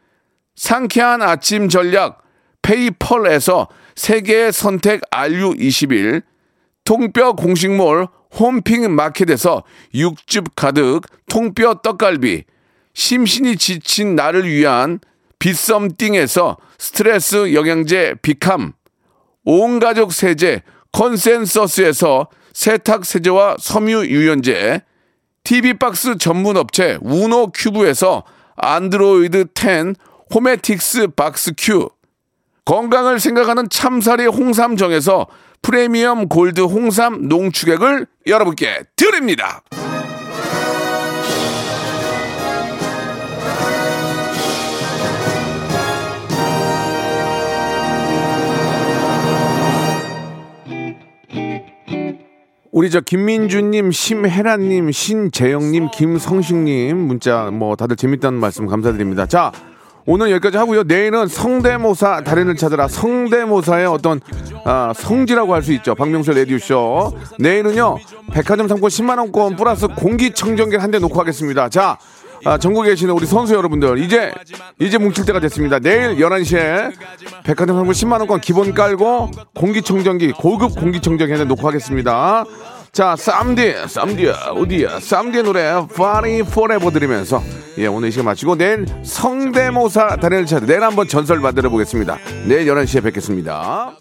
A: 상쾌한 아침 전략 페이펄에서 세계의 선택 RU21 통뼈 공식몰 홈핑 마켓에서 육즙 가득 통뼈 떡갈비 심신이 지친 나를 위한 비썸띵에서 스트레스 영양제 비캄 온가족 세제 컨센서스에서 세탁 세제와 섬유 유연제 TV박스 전문 업체 우노 큐브에서 안드로이드 10 호메틱스 박스 큐 건강을 생각하는 참사리 홍삼정에서 프리미엄 골드 홍삼 농축액을 여러분께 드립니다. 우리 저 김민주님, 심혜란님, 신재영님, 김성식님 문자 뭐 다들 재밌다는 말씀 감사드립니다. 자 오늘 여기까지 하고요. 내일은 성대모사 달인을 찾아라 성대모사의 어떤 아, 성지라고 할 수 있죠. 박명수 레디오 쇼. 내일은요 백화점 상품 10만 원권 플러스 공기청정기 한 대 놓고 하겠습니다. 자. 아, 전국에 계시는 우리 선수 여러분들 이제 이제 뭉칠 때가 됐습니다. 내일 11시에 백화점 상품 10만 원권 기본 깔고 공기청정기 고급 공기청정기 하나 놓고 하겠습니다. 자, 쌈디, 쌈디야, 어디야? 쌈디 노래 파리 포레버 드리면서 예, 오늘 이 시간 마치고 내일 성대모사 단연을 찾아 내일 한번 전설 만들어 보겠습니다. 내일 11시에 뵙겠습니다.